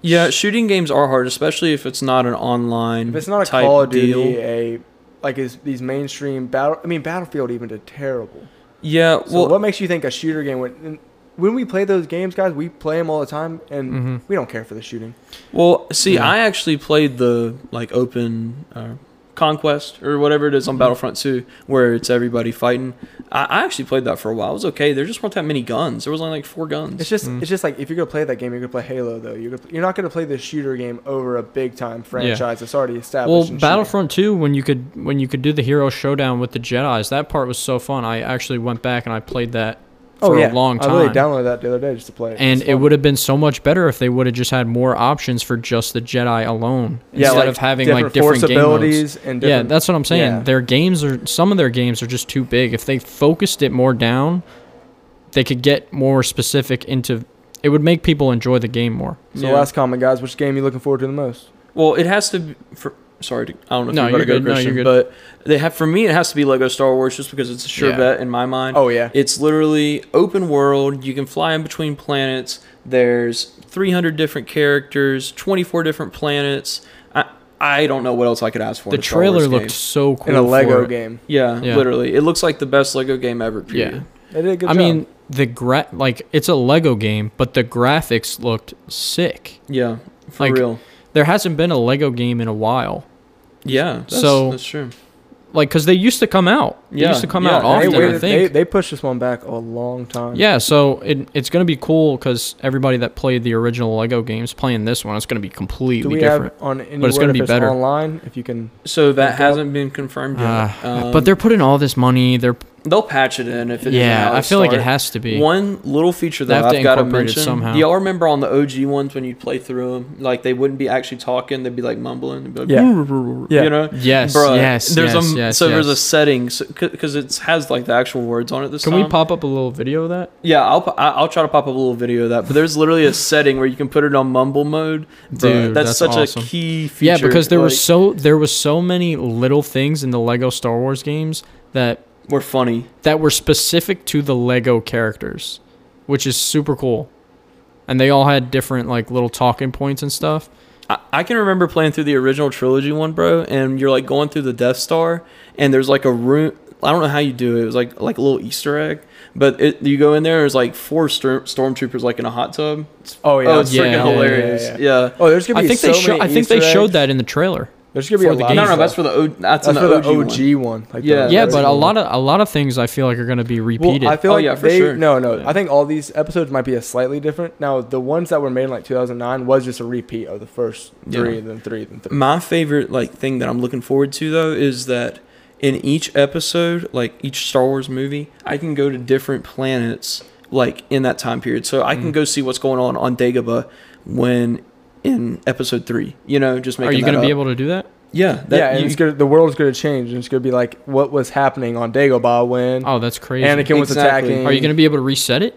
S3: Yeah, shooting games are hard, especially if it's not an online.
S1: If it's not a
S3: type
S1: Call of Duty,
S3: deal.
S1: a like is these mainstream battle. I mean, Battlefield even did terrible.
S3: Yeah,
S1: So
S3: well,
S1: what makes you think a shooter game would? and When we play those games, guys, we play them all the time, and
S2: Mhm.
S1: we don't care for the shooting.
S3: well, see,
S2: Yeah.
S3: I actually played the like open uh, conquest or whatever it is
S1: Mm-hmm.
S3: on Battlefront Two, where it's everybody fighting. I, I actually played that for a while. It was okay. There just weren't that many guns. There was only like four guns.
S1: It's just,
S2: Mm.
S1: it's just like if you're gonna play that game, you're gonna play Halo though. You're gonna, you're not gonna play the shooter game over a big time franchise that's already established.
S2: Well,
S1: in shooting.
S2: Battlefront 2 when you could when you could do the hero showdown with the Jedi's, that part was so fun. I actually went back and I played that for a long time.
S1: Oh, I really downloaded that the other day just to play it.
S2: and
S1: It's
S2: it
S1: fun.
S2: would have been so much better if they would have just had more options for just the Jedi alone
S1: Yeah,
S2: instead
S1: like,
S2: of having like
S1: force
S2: different game modes.
S1: abilities and
S2: Yeah,
S1: different,
S2: that's what I'm saying.
S1: yeah.
S2: Their games are some of their games are just too big. If they focused it more down, they could get more specific into it would make people enjoy the game more.
S1: So
S3: Yeah.
S1: last comment, guys. Which game you looking forward to the most?
S3: Well, it has to. Be, for, sorry, to, I don't know if
S2: No,
S3: you're
S2: you're
S3: about to
S2: good.
S3: go,
S2: No,
S3: Christian,
S2: you're
S3: but they have for me. It has to be Lego Star Wars, just because it's a sure
S2: Yeah.
S3: bet in my mind.
S1: Oh yeah,
S3: It's literally open world. You can fly in between planets. There's 300 different characters, 24 different planets. I I don't know what else I could ask for.
S2: The
S3: in a Star Wars
S2: trailer
S3: game.
S2: looked so cool
S1: in a
S2: for
S1: Lego
S2: it.
S1: game.
S3: Yeah,
S2: Yeah.
S3: literally. It looks like the best Lego game ever.
S2: Yeah.
S3: Period.
S1: They did a good
S2: I
S1: job.
S2: mean, the gra- like it's a Lego game, but the graphics looked sick.
S3: Yeah. For
S2: Like-
S3: real.
S2: There hasn't been a Lego game in a while.
S3: Yeah. That's,
S2: so-
S3: that's true.
S2: Like cuz they used to come out. They
S3: Yeah,
S2: used to come
S3: yeah,
S2: out
S1: they,
S2: often,
S1: waited, they
S2: I think.
S1: they pushed this one back a long time.
S2: yeah, so it, it's going to be cool cuz everybody that played the original Lego games playing this one, it's going to be
S1: Do
S2: completely
S1: we
S2: different.
S1: have on any
S2: But it's
S1: word
S2: gonna
S1: if
S2: be better.
S1: online? If you can,
S3: So that
S1: Yep.
S3: hasn't been confirmed yet.
S2: Ah,
S3: Um,
S2: but they're putting all this money. They're
S3: they'll patch it in if it
S2: yeah. I feel like it
S3: has.
S2: has to be.
S3: One little feature
S2: They
S3: that
S2: have to
S3: I've got to
S2: incorporate it
S3: mention.
S2: somehow.
S3: Do y'all remember on the OG ones when you'd play through them? Like they wouldn't be actually talking; they'd be like mumbling. They'd be like,
S1: Yeah. Yeah.
S3: You know,
S2: Yes,
S3: Bruh,
S2: yes,
S3: There's
S2: yes,
S3: a
S2: yes,
S3: so there's a
S2: yes.
S3: setting because it has like the actual words on it. This
S2: Can
S3: time.
S2: we pop up a little video of that?
S3: Yeah, I'll pu- I- I'll try to pop up a little video of that. But there's literally a setting where you can put it on mumble mode. Bruh,
S2: Dude, that's
S3: that's, such
S2: awesome.
S3: a key feature.
S2: yeah, because there were
S3: like,
S2: so there was so many little things in the Lego Star Wars games that
S3: were funny.
S2: that were specific to the Lego characters, which is super cool. And they all had different like little talking points and stuff.
S3: I, I can remember playing through the original trilogy one, bro, and you're like going through the Death Star, and there's like a room. I don't know how you do it. It was like like a little Easter egg, but it, you go in there. There's like four storm, stormtroopers like in a hot tub. It's,
S1: Oh yeah,
S3: oh, it's
S2: yeah,
S3: freaking
S2: yeah, yeah,
S3: hilarious. Yeah,
S1: yeah, Oh, there's gonna
S2: I
S1: be.
S2: think
S1: so
S2: they sho-
S1: many
S2: I think they
S1: Easter
S2: showed
S1: eggs.
S2: that in the trailer.
S1: There's gonna be
S2: for
S1: a
S2: the
S1: lot.
S2: game.
S1: of
S3: no, no,
S1: stuff.
S3: that's for the O. That's,
S1: that's
S3: an
S1: for the
S3: OG. one.
S1: OG one. like the
S3: Yeah.
S2: Yeah,
S1: original
S2: but a
S1: one.
S2: lot of a lot of things I feel like are going to be repeated.
S1: Well, I feel
S3: Oh,
S1: like
S3: yeah, for
S1: they
S3: sure.
S1: no no.
S2: Yeah.
S1: I think all these episodes might be a slightly different. Now the ones that were made in like 2009 was just a repeat of the first three,
S3: Yeah. Mm,
S1: then three, then three.
S3: My favorite like thing that I'm looking forward to though is that in each episode, like each Star Wars movie, I can go to different planets like in that time period. So I can
S1: Mm.
S3: go see what's going on on Dagobah when in episode 3, you know, just
S2: are
S3: making
S2: you going to be
S3: up.
S2: able to do that?
S3: Yeah, that,
S1: yeah, and
S3: you-
S1: it's gonna, the world's gonna change, and it's gonna be like what was happening on Dagobah when
S2: Oh, that's crazy.
S1: Anakin was
S3: Exactly.
S1: attacking.
S2: are you going to be able to reset it?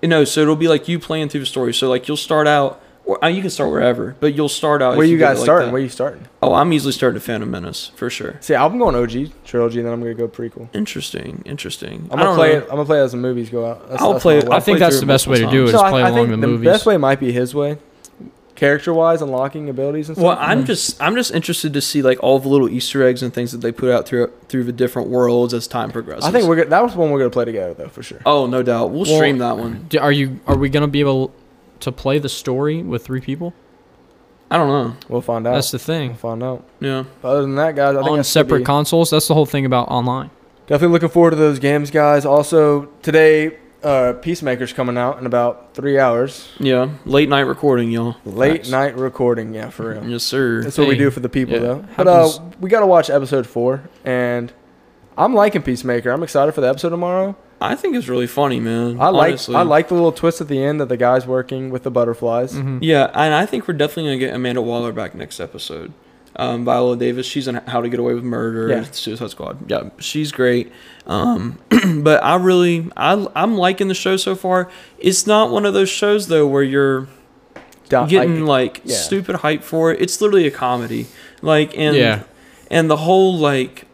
S3: No, so it'll be like you playing through the story. So like you'll start out Or, uh, you can start wherever, but you'll start out.
S1: Where
S3: if
S1: you
S3: get
S1: guys
S3: it like
S1: starting?
S3: that.
S1: Where you starting?
S3: oh, I'm easily starting to Phantom Menace for sure.
S1: See, I'm going OG trilogy, and then I'm gonna go prequel.
S3: Interesting, interesting.
S1: I'm
S3: I
S1: gonna
S3: don't
S1: play
S3: know.
S1: it. I'm gonna play it as the movies go out. That's,
S3: I'll
S1: that's
S3: play
S1: my
S3: it-
S1: way.
S2: I think
S3: played
S2: that's
S3: through
S2: the
S3: it
S2: best way to
S3: multiple
S2: do it is
S1: So I,
S2: play
S1: I
S2: along
S1: think
S2: the
S1: the
S2: movies.
S1: best way might be his way, character wise, unlocking abilities and stuff.
S3: Well, I'm just I'm just interested to see like all the little Easter eggs and things that they put out through through the different worlds as time progresses.
S1: I think we're gonna, that was one we're gonna play together though for sure.
S3: Oh, no doubt. We'll,
S2: Well-
S3: stream that one.
S2: D- Are you? Are we gonna be able to play the story with three people?
S3: I don't know.
S1: We'll find out.
S2: That's the
S1: we'll
S2: thing.
S1: find out.
S3: Yeah.
S1: But other than that, guys, I think
S2: On
S1: that's gonna
S2: separate
S1: be-
S2: consoles. That's the whole thing about online.
S1: Definitely looking forward to those games, guys. Also today, uh, Peacemaker's coming out in about three hours.
S3: Yeah. Late night recording, y'all.
S1: Late
S3: Facts.
S1: night recording, yeah, for real.
S3: Yes, sir.
S1: That's what we
S2: Hey,
S1: do for the people,
S2: yeah,
S1: though. But uh,
S2: happens-
S1: we got to watch episode four, and I'm liking Peacemaker. I'm excited for the episode tomorrow.
S3: I think it's really funny, man.
S1: I like
S3: honestly.
S1: I like the little twist at the end that the guy's working with the butterflies.
S2: Mm. Mm-hmm.
S3: Yeah, and I think we're definitely gonna get Amanda Waller back next episode. Um, Viola Davis, she's in How to Get Away with Murder,
S1: Yeah.
S3: Suicide Squad. Yeah, she's great. Um, but I really, I, I'm liking the show so far. It's not one of those shows though where you're
S1: Di-
S3: getting
S1: like-
S3: like
S1: yeah.
S3: stupid hype for it. It's literally a comedy. Like and
S2: Yeah.
S3: and the whole like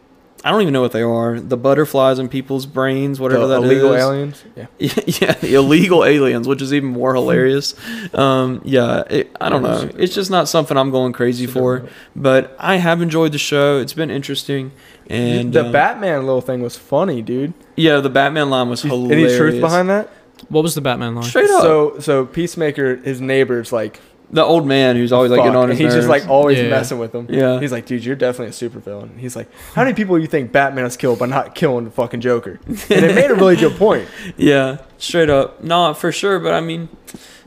S3: I don't even know what they are. The butterflies in people's brains, whatever
S1: the
S3: that is.
S1: illegal aliens. Yeah.
S3: yeah, the illegal aliens, which is even
S1: Hmm.
S3: more hilarious. Um, yeah, it, I don't know. It's just not something I'm going crazy for, but I have enjoyed the show. It's been interesting, and
S1: the
S2: uh,
S3: um,
S1: Batman little thing was funny, dude.
S3: yeah, the Batman line was hilarious.
S1: Any truth behind that?
S2: What was the Batman line?
S3: Straight up,
S1: So so Peacemaker, his neighbor's like
S3: the old man who's always like
S1: fuck,
S3: getting
S1: and
S3: on his
S1: he's just
S3: nerves.
S1: like always
S2: Yeah.
S1: messing with him.
S3: Yeah.
S1: He's like, dude, you're definitely a supervillain. He's like, how many people you think Batman has killed by not killing the fucking Joker? And it made a really good point.
S3: yeah, straight up, no, for sure. But I mean,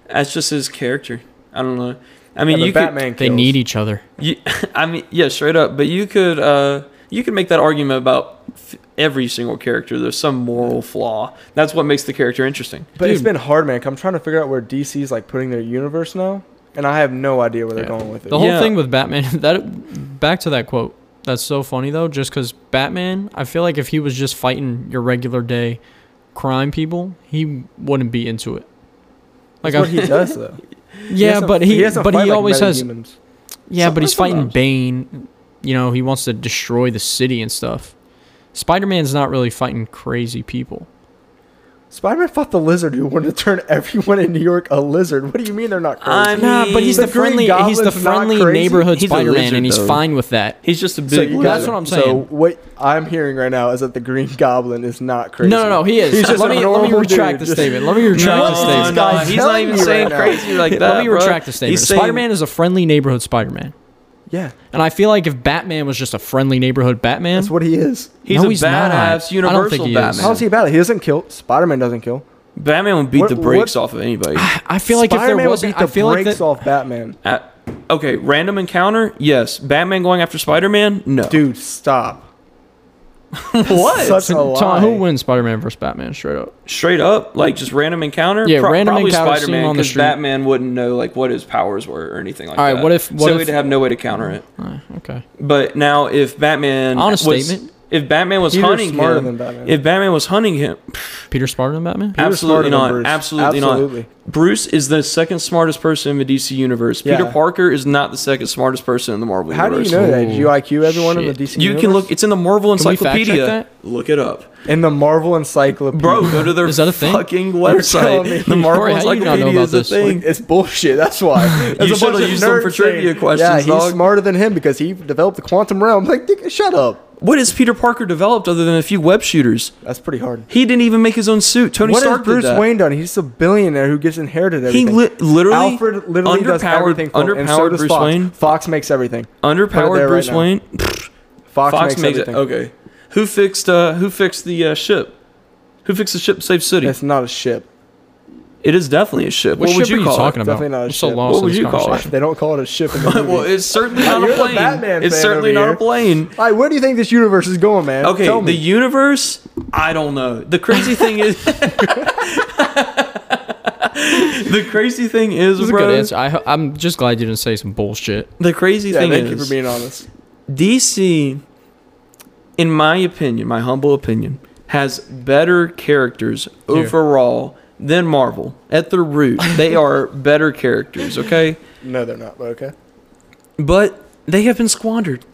S3: that's just his character. I don't know. I
S1: Yeah,
S3: mean,
S1: but
S3: you could,
S1: Batman
S2: They
S1: kills.
S2: need each other.
S3: You, I mean, yeah, straight up. But you could, uh, you could make that argument about f- every single character. There's some moral flaw. That's what makes the character interesting.
S1: But it's
S2: Dude.
S1: been hard, man. 'cause I'm trying to figure out where DC's like putting their universe now, and I have no idea where they're
S2: Yeah.
S1: going with it.
S2: The whole
S3: Yeah.
S2: thing with Batman, that back to that quote. That's so funny though, just because Batman. I feel like if he was just fighting your regular day crime people, he wouldn't be into it. Like,
S1: That's what
S2: I,
S1: he does though.
S2: yeah,
S1: doesn't-
S2: but he,
S1: doesn't
S2: but
S1: fight
S2: he
S1: like
S2: always has.
S1: metahumans.
S2: Yeah, but he's fighting
S3: Sometimes.
S2: Bane. You know, he wants to destroy the city and stuff. Spider Man's not really fighting crazy people.
S1: Spider-Man fought the lizard who wanted to turn everyone in New York a lizard. What do you mean they're not crazy?
S3: I'm- Nah, but he's
S1: the Green
S2: he's the
S1: Goblin's not
S2: friendly
S1: crazy.
S2: neighborhood
S3: He's a
S2: Spider Man,
S3: lizard,
S2: and he's
S3: though.
S2: fine with that.
S3: He's just a
S1: So
S3: big.
S1: you
S3: loser.
S1: guys-
S2: That's what I'm
S1: So
S2: saying.
S1: what I'm hearing right now is that the Green Goblin is not crazy.
S2: No, no, no, he is.
S1: He's just
S2: let,
S1: a
S2: me, let me
S1: normal
S2: retract
S1: dude,
S2: the
S1: just-
S2: statement. Let me retract
S3: no,
S2: the
S1: this
S2: statement.
S1: thing.
S3: no,
S1: Guy's
S3: he's not
S1: telling
S3: even
S1: you
S3: saying
S1: right now.
S3: crazy like that.
S2: Let me
S3: bro.
S2: retract the statement.
S3: He's saying-
S2: Spider Man is a friendly neighborhood Spider Man.
S1: Yeah,
S2: And I feel like if Batman was just a friendly neighborhood Batman,
S1: that's what he is.
S3: He's
S2: No,
S3: a
S2: he's not.
S3: badass
S2: I don't think
S3: universal
S2: he is.
S3: Batman.
S1: How's he about it? He doesn't kill. Spider-Man doesn't kill.
S3: Batman would beat
S1: What-
S3: the
S1: what-
S3: brakes off of anybody.
S2: I feel like if
S1: Spider-Man
S2: there
S1: would
S2: wasn't,
S1: beat the
S2: I feel like
S1: brakes
S2: that,
S1: off Batman.
S3: At- okay, random encounter. Yes, Batman going after Spider Man. No,
S1: Dude, stop.
S3: what?
S1: Such a
S2: Tom,
S1: lie.
S2: who wins Spider Man versus Batman? Straight up,
S3: straight up, like just random encounter.
S2: Yeah, random
S3: probably
S2: encounter scene
S3: Spider-Man
S2: on the
S3: because
S2: street.
S3: Batman wouldn't know like what his powers were or anything like
S2: All right,
S3: that.
S2: what if- what
S3: so
S2: if-
S3: we'd have no way to counter it.
S2: Oh, okay.
S3: But now, if Batman
S2: Honest
S3: was-
S2: statement.
S3: if Batman was
S1: Peter's
S3: hunting
S1: smarter
S3: him,
S1: than Batman.
S3: if Batman was hunting him,
S2: Peter smarter than Batman?
S1: Peter's smarter
S3: absolutely
S1: than
S3: not,
S1: Bruce.
S3: absolutely,
S1: Absolutely.
S3: not. Bruce is the second smartest person in the DC universe.
S1: Yeah.
S3: Peter Parker is not the second smartest person in the Marvel
S1: How do
S3: universe.
S1: you know that? Did you
S2: Ooh,
S1: IQ everyone in the
S2: shit.
S1: DC?
S3: You can
S1: universe?
S3: look. It's in the Marvel
S2: Can we fact check
S3: Encyclopedia.
S2: that?
S3: Look it up,
S1: in the Marvel Encyclopedia.
S3: bro. Go to their
S2: Is that a thing?
S3: fucking
S1: telling me.
S3: website. The Marvel
S2: Corey, how you not know
S3: Encyclopedia
S2: about
S3: is a
S2: this? Like,
S3: thing.
S1: It's bullshit. That's why. There's
S3: You should've used them
S1: nerds
S3: for trivia questions,
S1: Yeah, he's
S3: dog."
S1: smarter than him because he developed the quantum realm. Like, dick, shut up.
S3: What has Peter Parker developed other than a few web shooters?
S1: That's pretty hard.
S3: He didn't even make his own suit. Tony
S1: What has
S3: Stark
S1: Bruce
S3: did that.
S1: Wayne done? He's a billionaire who gets inherited
S3: He
S1: everything.
S3: li- literally
S1: Alfred literally does everything. For him, and so
S3: underpowered
S1: does
S3: Bruce
S1: Fox.
S3: Wayne.
S1: Fox makes everything. Put it
S3: Underpowered
S1: there right
S3: Bruce
S1: now.
S3: Wayne.
S1: Fox,
S3: Fox,
S1: makes,
S3: makes, it.
S1: everything.
S3: Okay. Who fixed uh who fixed the uh, ship? Who fixed the ship to save city?
S1: It's not a ship.
S3: It is definitely a ship. What,
S2: What,
S3: would
S2: ship
S3: you
S2: are you
S3: call
S2: talking
S3: it?
S2: about?
S1: Definitely not a
S2: I'm so
S1: ship.
S2: lost
S3: What
S2: in
S3: would
S2: this
S3: you call it?
S2: conversation.
S1: They don't call it a ship in the movie.
S3: well, it's certainly not
S1: You're
S3: a
S1: the
S3: plane.
S1: Batman
S3: it's
S1: fan
S3: certainly
S1: over
S3: not
S1: here.
S3: a plane.
S1: All right, where do you think this universe is going, man?
S3: Okay,
S1: Tell
S3: the
S1: me.
S3: universe, I don't know. The crazy thing is The crazy thing is,
S2: That's a
S3: bro.
S2: good answer. I, ho- I'm just glad you didn't say some bullshit.
S3: The crazy
S1: Yeah,
S3: thing
S1: thank
S3: is
S1: you for being honest.
S3: DC, in my opinion, my humble opinion, has better characters
S2: Here.
S3: overall then Marvel. At their root, they are better characters, okay?
S1: No, they're not. But okay.
S3: But they have been squandered.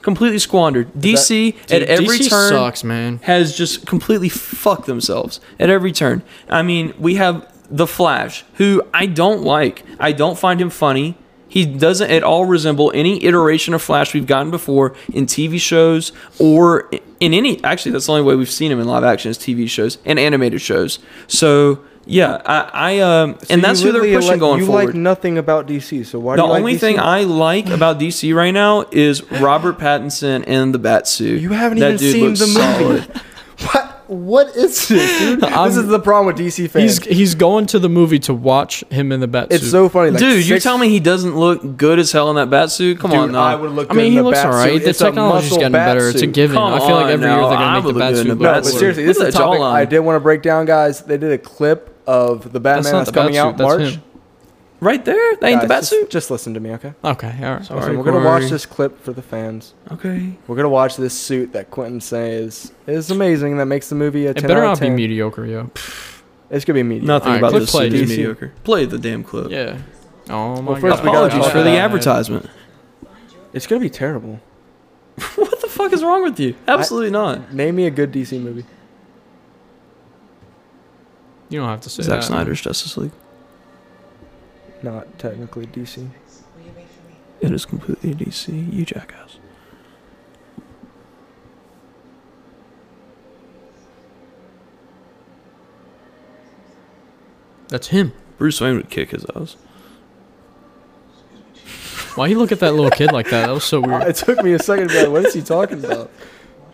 S3: Completely squandered. DC at every
S2: DC
S3: turn
S2: sucks, man.
S3: has just completely fucked themselves at every turn. I mean, we have The Flash, who I don't like. I don't find him funny. He doesn't at all resemble any iteration of Flash we've gotten before in TV shows or in any. Actually, that's the only way we've seen him in live action is TV shows and animated shows. So yeah, I, I um, and that's who they're pushing going
S1: you
S3: forward.
S1: like nothing about DC, so why?
S3: the
S1: do you
S3: only
S1: like
S3: thing
S1: DC?
S3: I like about DC right now is Robert Pattinson and the Bat suit.
S1: You haven't
S3: That
S1: even
S3: dude
S1: seen
S3: looks
S1: the movie.
S3: solid.
S1: What? What is this? Dude? this is the problem with DC fans.
S2: He's he's going to the movie to watch him in the bat
S1: it's
S2: suit.
S1: so funny, like,
S3: Dude, you
S1: six-
S3: tell me he doesn't look good as hell in that bat suit? Come
S1: Dude,
S3: on, now.
S1: I would look.
S2: I
S1: Good
S2: mean,
S1: in
S2: he
S1: the
S2: looks
S1: bat
S2: alright.
S1: suit.
S2: The
S1: It's a
S2: technology's
S1: muscle
S2: getting
S1: bat
S2: better. It's a
S1: suit.
S2: given.
S3: Come
S2: I feel like
S3: on
S2: every year
S3: now.
S2: they're
S3: I
S2: gonna make the
S3: would look
S2: bat
S3: good in
S2: suit
S3: a
S2: look
S3: bat
S1: No,
S2: better.
S1: but
S3: suit.
S1: seriously, this is a
S3: Look at that
S1: topic
S3: jawline.
S1: I did want to break down, guys. They did a clip of the Batman that's,
S2: That's not the bat
S1: coming
S2: suit.
S1: out
S2: that's
S1: March.
S2: him.
S3: right there? That ain't the
S1: Guys,
S3: bat
S1: just-
S3: suit?
S1: Just listen to me, okay?
S2: Okay, all right.
S3: Sorry.
S1: Listen, we're gonna watch
S3: Corey.
S1: this clip for the fans.
S3: Okay.
S1: We're gonna watch this suit that Quentin says is amazing. That makes the movie a
S2: It
S1: ten
S2: better
S1: out
S2: not
S1: of
S2: be
S1: ten.
S2: mediocre, yo.
S1: It's gonna be mediocre.
S3: Nothing
S2: Alright,
S3: about
S2: clip
S3: this
S2: play,
S3: suit
S1: DC.
S3: is mediocre. Play the damn clip.
S2: Yeah. Oh my
S1: Well, first
S2: god.
S1: we gotta
S3: Apologies
S1: talk
S3: for the
S1: about it.
S3: advertisement.
S1: It's gonna be terrible.
S3: what the fuck is wrong with you? Absolutely not.
S1: Name me a good DC movie.
S2: You don't have to say
S3: Zack
S2: that.
S3: Snyder's Justice League.
S1: Not technically DC.
S3: It is completely DC, you jackass.
S2: That's him.
S3: Bruce Wayne would kick his ass.
S2: Why you look at that little kid like that? That was so weird.
S1: it took me a second to be like, what is he talking about?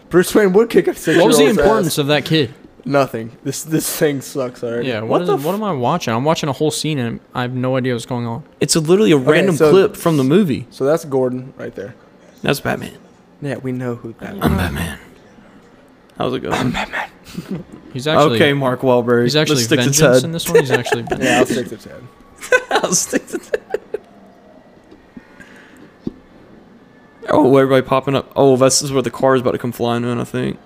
S1: Bruce Wayne would kick a six
S2: What was the importance of that kid?
S1: Nothing. This this thing sucks already.
S2: Yeah,
S3: What
S2: what, is,
S3: the
S2: what am I watching? I'm watching a whole scene and I have no idea what's going on.
S3: It's a, literally a random
S1: so-
S3: clip from the movie.
S1: So that's Gordon right there.
S3: That's Batman.
S1: Yeah, we know who that is.
S3: I'm Batman. How's it going?
S2: He's actually
S3: okay, Mark Wahlberg.
S2: he's actually
S3: Let's stick to
S2: vengeance
S3: Ted.
S2: in this one. He's actually
S1: Yeah,
S2: vengeance.
S1: I'll stick to Ted.
S3: I'll stick to that. Oh, everybody popping up. Oh, this is where the car is about to come flying in, I think.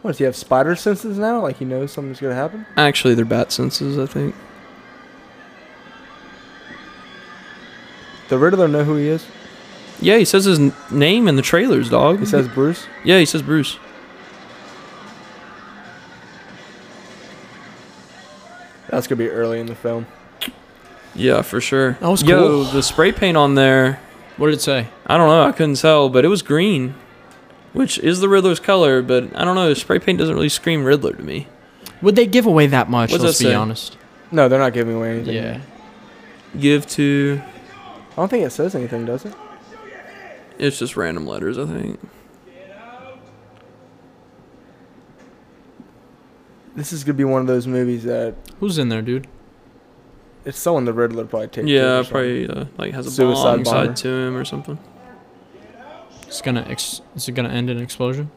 S1: What does he have spider senses now? Like he knows something's gonna happen?
S3: Actually, they're bat senses, I think.
S1: The Riddler know who he is?
S3: Yeah, he says his n- name in the trailers, dog.
S1: He says Bruce.
S3: Yeah, he says Bruce.
S1: That's gonna be early in the film.
S3: Yeah, for sure.
S2: That was
S3: Yo,
S2: cool.
S3: the spray paint on there,
S2: What did it say?
S3: I don't know, I couldn't tell, but it was green, which is the Riddler's color, but I don't know, spray paint doesn't really scream Riddler to me.
S2: Would they give away that much?
S3: What's
S2: let's
S3: that
S2: be
S3: say?
S2: honest.
S1: No, they're not giving away anything.
S2: Yeah.
S3: Give to.
S1: I don't think it says anything, does it?
S3: It's just random letters, I think.
S1: This is gonna be one of those movies that
S2: Who's in there, dude?
S1: it's someone the Riddler probably takes.
S3: Yeah, probably uh, like has a
S1: Suicide
S3: bomb
S1: bomber.
S3: side to him or something.
S2: It's gonna ex- is it gonna end in explosion?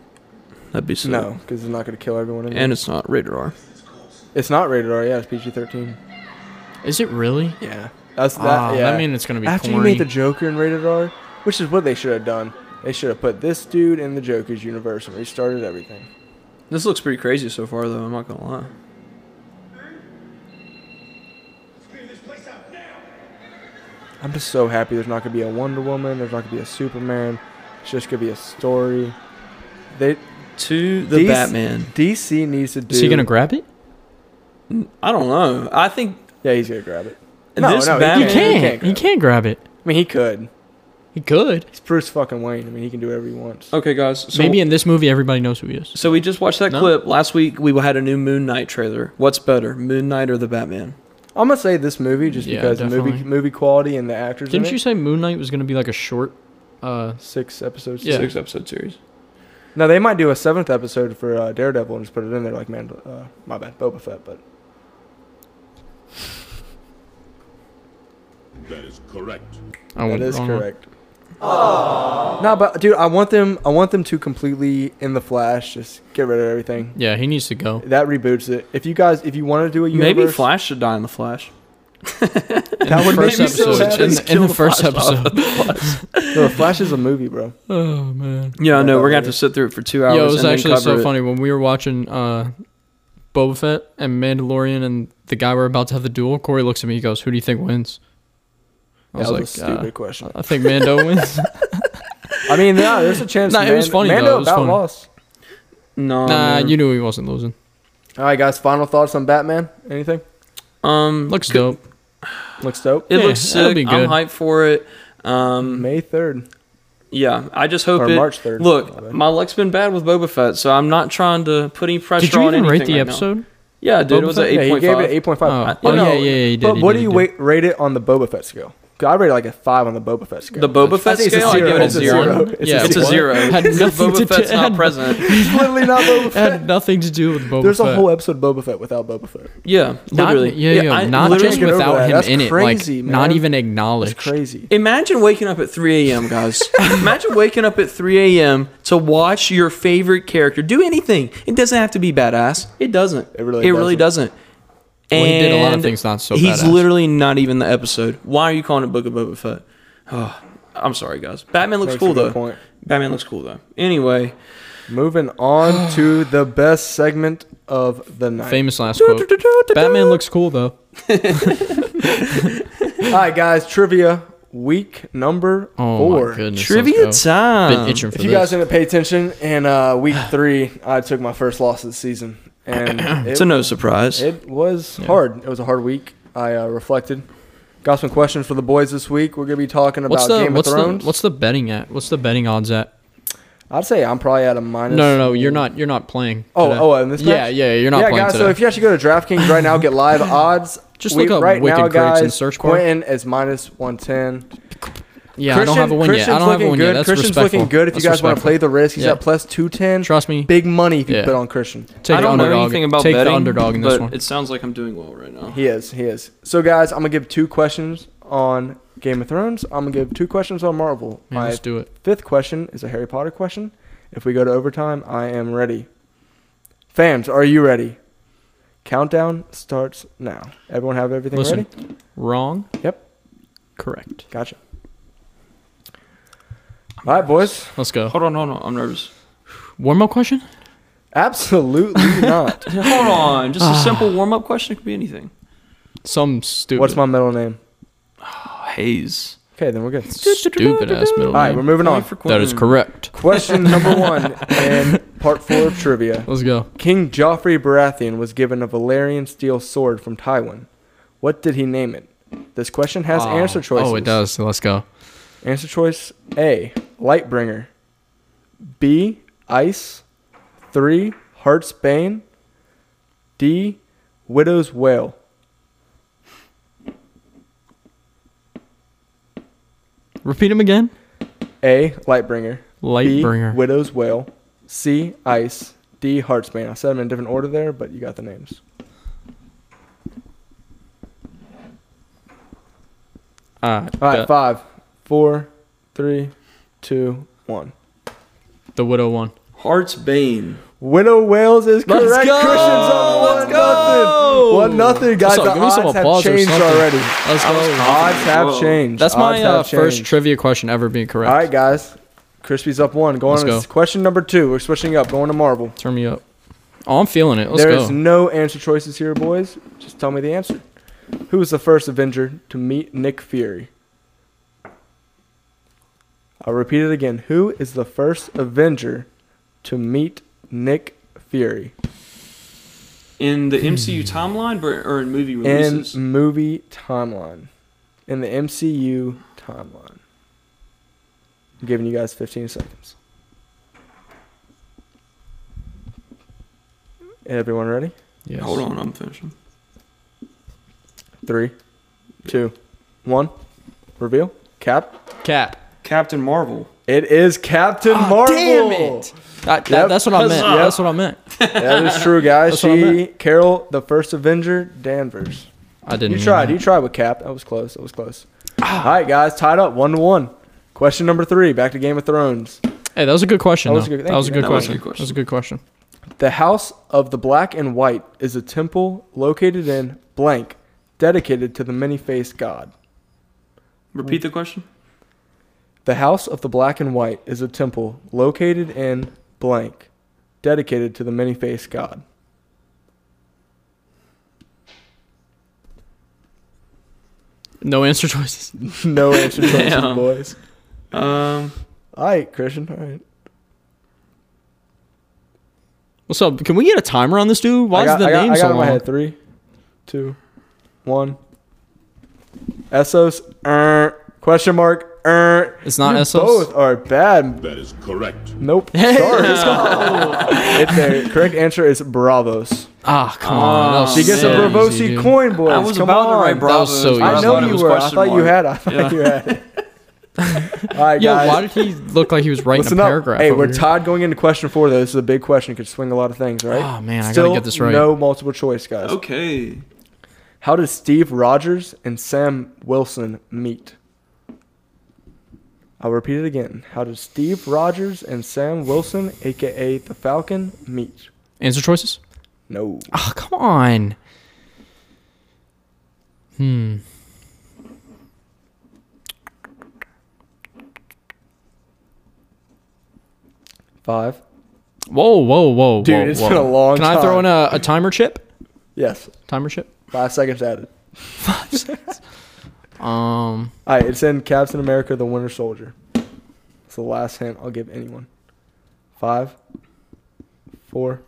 S3: That'd be sick.
S1: No, because it's not gonna kill everyone. In
S3: And
S1: and
S3: it's not rated R.
S1: it's not rated R. Yeah, it's PG-13.
S2: Is it really?
S1: Yeah, that's that.
S2: Ah,
S1: yeah,
S2: I mean it's gonna be
S1: after
S2: corny.
S1: you made the Joker and rated R, which is what they should have done. They should have put this dude in the Joker's universe and restarted everything.
S3: This looks pretty crazy so far, though. I'm not gonna lie.
S1: I'm just so happy there's not gonna be a Wonder Woman. There's not gonna be a Superman. It's just gonna be a story. They
S3: To the
S1: These-
S3: Batman.
S1: DC needs to do.
S2: is he gonna grab it?
S3: I don't know. I think
S1: Yeah, he's gonna grab it.
S3: this
S1: no, he
S3: Batman.
S2: He
S1: Yeah, he can't
S2: can't. He
S1: grab it.
S2: can't grab it.
S1: I mean, he could.
S2: He could.
S1: He's Bruce fucking Wayne. I mean, he can do whatever he wants.
S3: Okay, guys. So,
S2: Maybe in this movie everybody knows who he is.
S3: so we just watched that
S2: No?
S3: clip last week. We had a new Moon Knight trailer. What's better, Moon Knight or the Batman?
S1: I'm gonna say this movie just
S2: Yeah,
S1: because the movie
S2: definitely.
S1: movie quality and the actors.
S2: Didn't
S1: in
S2: you
S1: it,
S2: say Moon Knight was gonna be like a short? Uh,
S1: six episodes?
S2: Yeah.
S3: Six episode series.
S1: Now they might do a seventh episode for uh, Daredevil and just put it in there like man, uh, my bad, Boba Fett. But
S4: That is correct.
S2: I
S1: that
S2: went
S1: is
S2: wrong.
S1: correct. No, but dude, I want them. I want them to completely in the Flash. Just get rid of everything.
S2: Yeah, he needs to go.
S1: That reboots it. If you guys, if you want to do a universe,
S3: Maybe Flash should die in the Flash.
S1: that would make
S2: First
S1: me so
S2: episode.
S1: happy.
S2: In the- in the first episode.
S1: No, The Flash is a movie, bro.
S2: Oh man.
S3: Yeah, I know. We're gonna have to sit through it for two hours.
S2: Yo, it was
S3: and then
S2: actually so
S3: cover it.
S2: funny when we were watching uh, Boba Fett and Mandalorian, and the guy we're about to have the duel. Corey looks at me. He goes, "Who do you think wins?" I was,
S1: that was a
S2: like,
S1: stupid question.
S2: uh, "I think Mando wins."
S1: I mean, no, there's a chance.
S2: Nah, it was
S1: Man-
S2: funny, though.
S1: Mando
S2: It was
S1: about
S2: funny.
S1: lost.
S3: No,
S2: nah,
S3: man.
S2: you knew he wasn't losing.
S1: All right, guys. Final thoughts on Batman? Anything?
S3: um,
S2: Looks
S3: good-
S2: dope.
S1: Looks dope.
S3: It
S2: Yeah,
S3: looks
S2: that'll
S3: sick.
S2: be
S3: I'm
S2: good.
S3: hyped for it. Um,
S1: May third
S3: yeah, I just hope
S1: or
S3: it.
S1: March third.
S3: Look, my luck's been bad with Boba Fett, so I'm not trying to put any pressure
S2: Did you
S3: on
S2: even
S3: anything
S2: rate the
S3: right now.
S2: episode?
S3: Yeah, dude, it was
S1: yeah,
S3: an
S1: he
S3: eight point
S1: gave it
S3: five.
S1: eight point
S2: Oh,
S1: five.
S2: oh,
S3: I
S2: yeah,
S3: know.
S2: yeah, yeah, he did.
S1: But
S2: he
S1: what do
S2: did, he
S1: you
S2: did.
S1: wait, rate it on the Boba Fett scale? 'Cause I rate it like a five on the Boba Fett scale.
S3: The Boba
S1: I
S3: Fett
S1: think it's a
S3: scale, I
S1: zero.
S3: give it a
S1: It's a
S3: zero.
S1: zero.
S2: Yeah,
S3: It's a
S2: what?
S3: zero.
S2: Had nothing to
S3: Boba Fett's
S2: do-
S3: not present.
S1: It's literally not Boba
S2: It
S1: Fett.
S2: had nothing to do with Boba
S1: There's
S2: Fett.
S1: a whole episode of Boba Fett without Boba Fett.
S3: Yeah,
S2: Not-
S3: literally.
S2: yeah, yeah,
S3: I
S2: not
S3: literally
S2: just
S1: get over
S2: without
S1: that.
S2: him
S1: That's
S2: in it,
S1: crazy,
S2: like not
S1: man.
S2: even
S1: It's
S2: acknowledged.
S1: crazy.
S3: Imagine waking up at 3 a.m., guys. Imagine waking up at 3 a.m. to watch your favorite character do anything. It doesn't have to be badass. It doesn't.
S1: It really
S3: doesn't.
S2: Well,
S3: and
S2: he did a lot of things not so
S3: He's
S2: badass.
S3: literally not even the episode. Why are you calling it Book of Boba Fett? Oh, I'm sorry, guys. Batman looks
S1: Makes a
S3: cool
S1: good
S3: though.
S1: point.
S3: Batman looks cool though. Anyway,
S1: Moving on to the best segment of the night.
S2: Famous last quote. Batman looks cool though.
S1: All right, guys. Trivia week number
S2: Oh
S1: four.
S2: my goodness.
S3: trivia
S2: let's go.
S3: time.
S2: Been itching for
S1: If you
S2: this.
S1: guys didn't pay attention, in uh, week three, I took my first loss of the season, and
S3: It's
S1: it,
S3: a no surprise.
S1: it was hard. It was a hard week. I uh, reflected. Got some questions for the boys this week. We're gonna be talking about
S2: what's the
S1: Game
S2: what's
S1: of
S2: the
S1: Thrones.
S2: what's the betting at? What's the betting odds at?
S1: I'd say I'm probably at a minus.
S2: No, no, no. You're not. You're not playing.
S1: Oh,
S2: today.
S1: oh, in this
S2: Yeah,
S1: match?
S2: yeah. You're not
S1: yeah,
S2: playing
S1: guys.
S2: today.
S1: So if you actually go to DraftKings right now, get live odds.
S2: Just look up
S1: right
S2: Wicked
S1: now,
S2: Creates
S1: guys.
S2: in the search bar.
S1: Quentin is minus one ten.
S2: yeah, I don't have a win yet. I don't have a win yet. That's
S1: Christian's
S2: respectful.
S1: looking good. If
S2: That's
S1: you guys want to
S2: respectful.
S1: play the risk, he's
S2: Yeah.
S1: at plus two ten.
S2: trust me.
S1: Big money if you
S2: Yeah.
S1: bet on Christian.
S2: Take
S3: I
S2: the
S3: don't know
S2: underdog.
S3: anything about
S2: Take
S3: betting,
S2: the underdog in this
S3: but
S2: one.
S3: It sounds like I'm doing well right now.
S1: He is. He is. So, guys, I'm gonna give two questions on Game of Thrones. I'm gonna give two questions on Marvel.
S2: Man,
S1: My
S2: let's do it.
S1: fifth question is a Harry Potter question. If we go to overtime, I am ready. Fans, are you ready? Countdown starts now. Everyone have everything
S2: Listen.
S1: ready?
S2: Wrong.
S1: Yep.
S2: Correct.
S1: Gotcha. All right, boys.
S2: Let's go.
S3: Hold on, hold on. I'm nervous.
S2: One more question.
S1: Absolutely not.
S3: Hold on. Just a simple warm up question. It could be anything.
S2: Some stupid.
S1: What's my middle name?
S3: Oh, Hayes.
S1: Okay, then we're good.
S2: stupid ass middle
S1: All right, we're
S2: name?
S1: moving on.
S3: Point for
S2: That is
S3: Quentin.
S2: correct.
S1: Question number one in part four of trivia.
S2: Let's go.
S1: King Joffrey Baratheon was given a Valerian steel sword from Tywin. What did he name it? This question has
S2: Oh.
S1: answer choices.
S2: Oh, it does. So let's go.
S1: Answer choice A, Lightbringer. B, Ice. 3, Heart's Bane. D, Widow's Wail.
S2: Repeat him again.
S1: A, Lightbringer. B,
S2: Lightbringer.
S1: Widow's Wail. C, Ice. D, Heart's Bane. I said them in different order there, but you got the names.
S2: Uh,
S1: All right,
S2: the,
S1: five, four, three, two, one.
S2: the widow one.
S3: Heart's Bane.
S1: Widow Wales is
S2: Let's
S1: correct.
S2: go!
S1: Christian's on
S2: Let's
S1: one nothing. One nothing, guys.
S2: What's
S1: The
S2: up? Give me some
S1: odds have
S2: applause or
S1: changed
S2: something.
S1: already.
S2: Let's go.
S1: Odds have
S3: Whoa.
S1: changed.
S2: That's my
S1: Odds
S2: uh,
S1: have
S2: first
S1: changed.
S2: trivia question ever being correct.
S1: All right, guys. Crispy's up one. Going
S2: Let's
S1: on to
S2: go.
S1: s- question number two. We're switching up. Going to Marvel.
S2: Turn me up. Oh, I'm feeling it. Let's
S1: There is
S2: go.
S1: no answer choices here, boys. Just tell me the answer. Who was the first Avenger to meet Nick Fury? I'll repeat it again. Who is the first Avenger to meet Nick Fury
S3: In the MCU timeline or, or in movie
S1: in
S3: releases?
S1: movie timeline? In the MCU timeline. I'm giving you guys 15 seconds. Everyone ready?
S2: Yes.
S3: Hold on, I'm finishing.
S1: Three, two, one. Reveal. Cap.
S2: Cap.
S3: Captain Marvel.
S1: It is Captain
S2: Ah,
S1: Marvel.
S2: damn it. That- that-
S1: Yep.
S2: That's what I meant.
S1: Huzzah.
S2: That's what I meant.
S1: That is true, guys.
S2: That's what I
S1: she,
S2: meant.
S1: Carol, the first Avenger, Danvers.
S2: I didn't.
S1: You
S2: mean
S1: tried.
S2: that.
S1: You tried with Cap. That was close. That was close. All right, guys. Tied up one to one. Question number three. Back to Game of Thrones.
S2: Hey, that was a good question.
S1: That
S2: though.
S1: was a good-
S2: That
S1: thank
S2: was a
S1: you.
S2: good
S3: That was a
S2: question.
S3: good
S2: That was a good question.
S1: The House of the Black and White is a temple located in blank, dedicated to the many-faced god.
S3: Repeat the question.
S1: The House of the Black and White is a temple located in blank, dedicated to the many faced God.
S2: No answer choices.
S1: no answer choices,
S3: Damn.
S1: boys.
S3: Um,
S1: All right, Christian. All right.
S2: What's up? Can we get a timer on this dude? Why
S1: I got,
S2: is the
S1: I got,
S2: name
S1: I got
S2: so
S1: it in
S2: long?
S1: my head. Three, two, one. Essos. Er, question mark. Er.
S2: It's not
S1: You
S2: Essos?
S1: Both are bad.
S4: That is correct.
S1: Nope. Sorry. It's a- correct answer is Bravos.
S2: Ah, come on. That was
S1: She gets a
S2: so easy,
S1: Bravosi
S2: dude.
S1: coin, boys.
S5: I was
S1: Come
S5: about
S1: on.
S5: to write Bravo.
S2: was so
S5: but
S1: I
S2: easy.
S1: know
S5: thought it
S1: you
S5: was
S1: were. I
S5: question
S1: thought you
S5: mark.
S1: had. I thought you had. All right,
S2: Yeah,
S1: guys.
S2: why did he look like he was writing
S1: Listen
S2: a
S1: up.
S2: paragraph?
S1: Hey,
S2: over
S1: we're
S2: here?
S1: tired going into question four, though. This is a big question. Could swing a lot of things, right?
S2: Oh, man, I gotta
S1: Still
S2: get this right.
S1: No multiple choice, guys.
S5: Okay.
S1: How did Steve Rogers and Sam Wilson meet? I'll repeat it again. How did Steve Rogers and Sam Wilson, aka the Falcon, meet?
S2: Answer choices?
S1: No.
S2: Oh, come on. Hmm.
S1: Five.
S2: Whoa, whoa, whoa,
S1: Dude,
S2: whoa,
S1: it's
S2: whoa.
S1: been a long
S2: Can I throw in
S1: time.
S2: a, a timer chip?
S1: Yes.
S2: Timer chip.
S1: Five seconds added.
S2: Um.
S1: All right, it's in Captain America: The Winter Soldier. It's the last hint I'll give anyone. Five, four,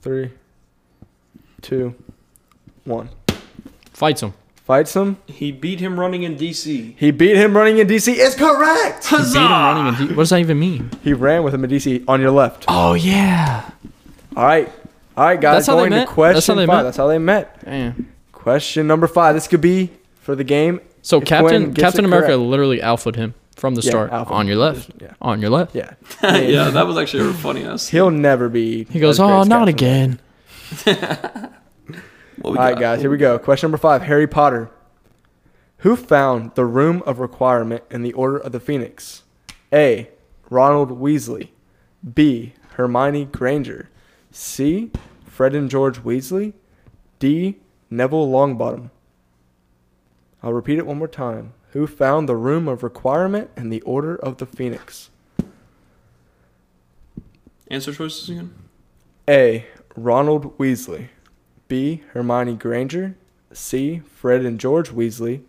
S1: three, two, one.
S2: Fights him.
S1: Fights him.
S3: he beat him running in DC.
S1: He beat him running in DC. It's correct.
S2: Beat him running in D- what does that even mean?
S1: He ran with him in DC on your left.
S2: Oh yeah.
S1: All right, all right, guys.
S2: That's how they
S1: going
S2: met?
S1: to
S2: That's
S1: question
S2: how they
S1: five.
S2: met?
S1: That's how they met.
S2: Damn.
S1: Question number five. This could be for the game.
S2: So
S1: If Gwen
S2: Captain
S1: gets
S2: Captain
S1: it
S2: America
S1: correct.
S2: literally alphaed him from the
S1: Yeah,
S2: start.
S1: alpha.
S2: On your left.
S1: Yeah.
S2: On your left.
S1: Yeah,
S5: yeah, that was actually a funny ass.
S1: he'll never be.
S2: He goes,
S1: as great
S2: oh,
S1: as
S2: not
S1: Captain
S2: again.
S5: What we
S1: All right,
S5: got?
S1: guys, here we go. Question number five Harry Potter. Who found the room of requirement in the Order of the Phoenix? A. Ronald Weasley. B. Hermione Granger. C. Fred and George Weasley. D. Neville Longbottom. I'll repeat it one more time. Who found the room of requirement in the Order of the Phoenix?
S3: Answer choices again.
S1: A. Ronald Weasley. B. Hermione Granger. C. Fred and George Weasley.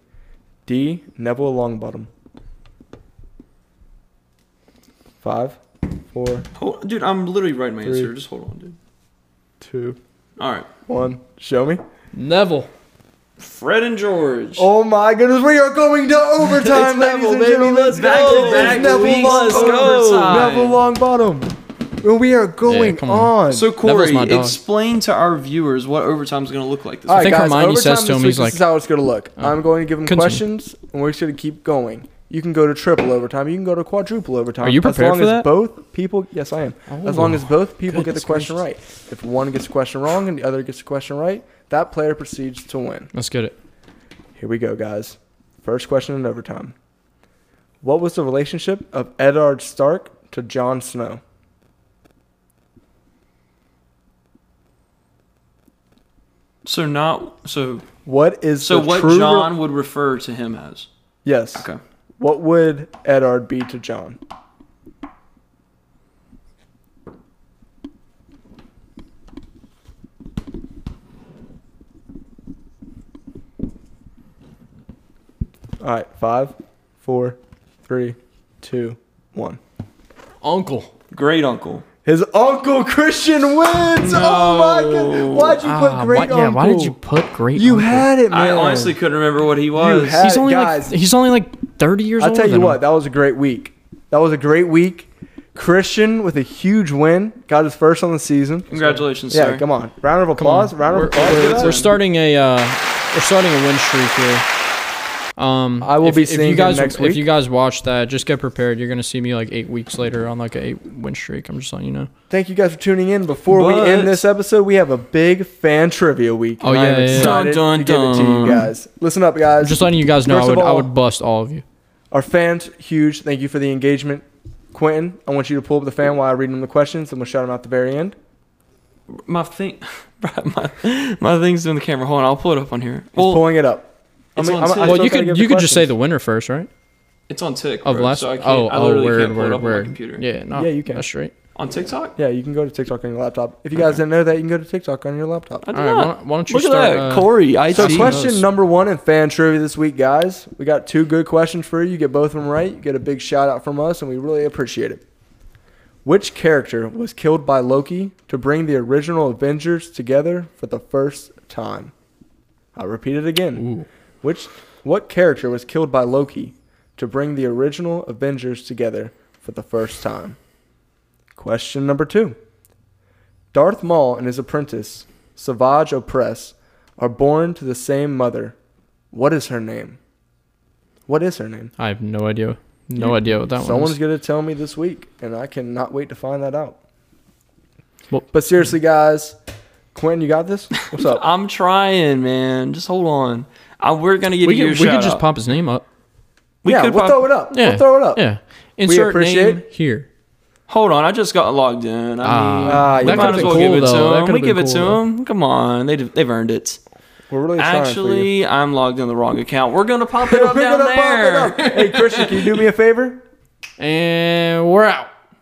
S1: D. Neville Longbottom. Five, four,
S3: Hold, dude, I'm literally writing my
S1: Three.
S3: answer. Just hold on, dude.
S1: two,
S3: All right.
S1: one. Show me.
S2: Neville.
S3: Fred and George.
S1: Oh my goodness, we are going to overtime,
S3: It's
S1: ladies
S3: Neville,
S1: and
S3: baby,
S1: gentlemen.
S3: let's
S1: Back
S3: go.
S1: to
S3: Back
S1: Neville
S3: weeks, let's
S1: Longbottom.
S3: go.
S1: Neville Longbottom. And we are going
S2: come on.
S1: on.
S3: So
S2: Neville's
S3: Corey,
S2: my dog.
S3: explain to our viewers what overtime's gonna look like this.
S1: All
S3: week.
S1: right,
S2: think
S1: guys,
S2: Hermione
S1: overtime
S2: says to
S1: this
S2: him,
S1: week,
S2: he's
S1: this
S2: like- oh.
S1: is how it's going to look. I'm going to give him
S2: Continue.
S1: questions, and we're just going to keep going. You can go to triple overtime. You can go to quadruple overtime.
S2: Are you prepared
S1: as long
S2: for
S1: as
S2: that? Oh,
S1: both people, yes, I am. as long as both people get the
S2: goodness
S1: question right. If one gets the question wrong and the other gets the question right, that player proceeds to win.
S2: Let's get it.
S1: Here we go, guys. First question in overtime. What was the relationship of Edard Stark to Jon Snow?
S3: So not so.
S1: What is
S3: So
S1: the
S3: what
S1: true re-
S3: John would refer to him as?
S1: yes.
S3: Okay.
S1: What would Edard be to John? All right, five, four, three, two, one.
S2: Uncle.
S3: Great uncle.
S1: His uncle Christian wins. Oh my god! Why'd you put
S2: Ah,
S1: great
S2: why,
S1: uncle?
S2: yeah, why did you put great
S1: You
S2: uncle?
S1: had it, man.
S3: I honestly couldn't remember what he was.
S1: had
S2: He's only
S1: Guys.
S2: like he's only like 30 years
S1: I'll
S2: old.
S1: tell you what, that was a great week. That was a great week. Christian with a huge win, got his first on the season.
S3: Congratulations,
S1: Yeah,
S3: sir.
S1: come on. Round of applause. Round of
S2: We're,
S1: applause.
S2: we're-
S1: for that.
S2: we're starting a uh, we're starting a win streak here. Um,
S1: I will
S2: if,
S1: be
S2: if
S1: seeing
S2: you
S1: him
S2: guys
S1: next week.
S2: if you guys watch that. Just get prepared. You're gonna see me like eight weeks later on like a eight win streak. I'm just letting you know.
S1: Thank you guys for tuning in. Before
S3: But-
S1: we end this episode, we have a big fan trivia week.
S2: Oh,
S1: and I am
S2: yeah, yeah, yeah.
S1: excited
S3: Dun,
S1: to
S3: dun,
S1: give it to you
S3: dun.
S1: guys. Listen up, guys.
S2: I'm just letting you guys know. I
S1: First of
S2: would I
S1: all-
S2: would bust all of you.
S1: Our fans huge. Thank you for the engagement, Quentin. I want you to pull up the fan while I read them the questions, and we'll shout them out at the very end.
S3: My thing, my, my thing's in the camera. Hold on, I'll pull it up on here.
S1: He's pulling it up.
S3: It's on
S1: I
S3: sale.
S1: still
S2: Well,
S1: gotta
S2: you could
S1: give
S2: you could just say
S1: questions.
S2: the winner first, right?
S5: It's on Tik.
S2: of
S5: bro,
S2: last.
S5: So I can't,
S2: oh,
S5: I
S2: oh,
S5: literally
S2: word,
S5: can't pull it
S2: word,
S5: up on my
S2: word.
S5: computer.
S2: Yeah, no,
S1: Yeah, you can.
S2: That's straight.
S5: On TikTok?
S1: Yeah, you can go to TikTok on your laptop. If you guys didn't know that, you can go to TikTok on your laptop.
S5: I
S2: All
S5: did
S2: right,
S5: not.
S2: why, don't- why don't you
S3: Look at
S2: start?
S3: that,
S2: uh,
S3: Corey. I
S1: So,
S3: see.
S1: question
S2: knows.
S1: number one in fan trivia this week, guys. We got two good questions for you. You get both of them right. You get a big shout out from us, and we really appreciate it. Which character was killed by Loki to bring the original Avengers together for the first time? I'll repeat it again.
S2: Ooh.
S1: Which what character was killed by Loki to bring the original Avengers together for the first time? Question number two. Darth Maul and his apprentice, Savage Opress, are born to the same mother. What is her name? What is her name?
S2: I have no idea. No idea what that
S1: Someone's
S2: one. is.
S1: gonna tell me this week, and I cannot wait to find that out.
S2: Well-
S1: but seriously, guys, Quentin, you got this? What's up?
S3: I'm trying, man. Just hold on. I, we're gonna give
S2: We
S3: you
S2: could,
S3: a
S2: we
S3: shout
S2: could just
S3: out.
S2: pop his name up.
S3: We
S1: yeah,
S3: could
S1: we'll
S3: pop-
S1: throw it up.
S2: Yeah,
S1: We'll throw it up.
S2: Yeah, insert name
S1: appreciate-
S2: here.
S3: Hold on. I just got logged in. I
S2: Ah.
S3: mean,
S1: Ah,
S3: we
S1: that
S3: might
S1: could've
S3: as
S1: been
S3: well give
S2: cool,
S3: it to
S2: though. That
S3: them. We
S2: could've
S3: give
S2: been
S3: it to
S2: cool,
S3: them. Come on, they d- they've earned it.
S1: We're really trying for you.
S3: Actually, I'm logged in the wrong account. We're gonna pop it up
S1: We're
S3: down
S1: gonna bump it
S3: there.
S1: up. Hey, Christian, can you do me a favor?
S2: And we're out.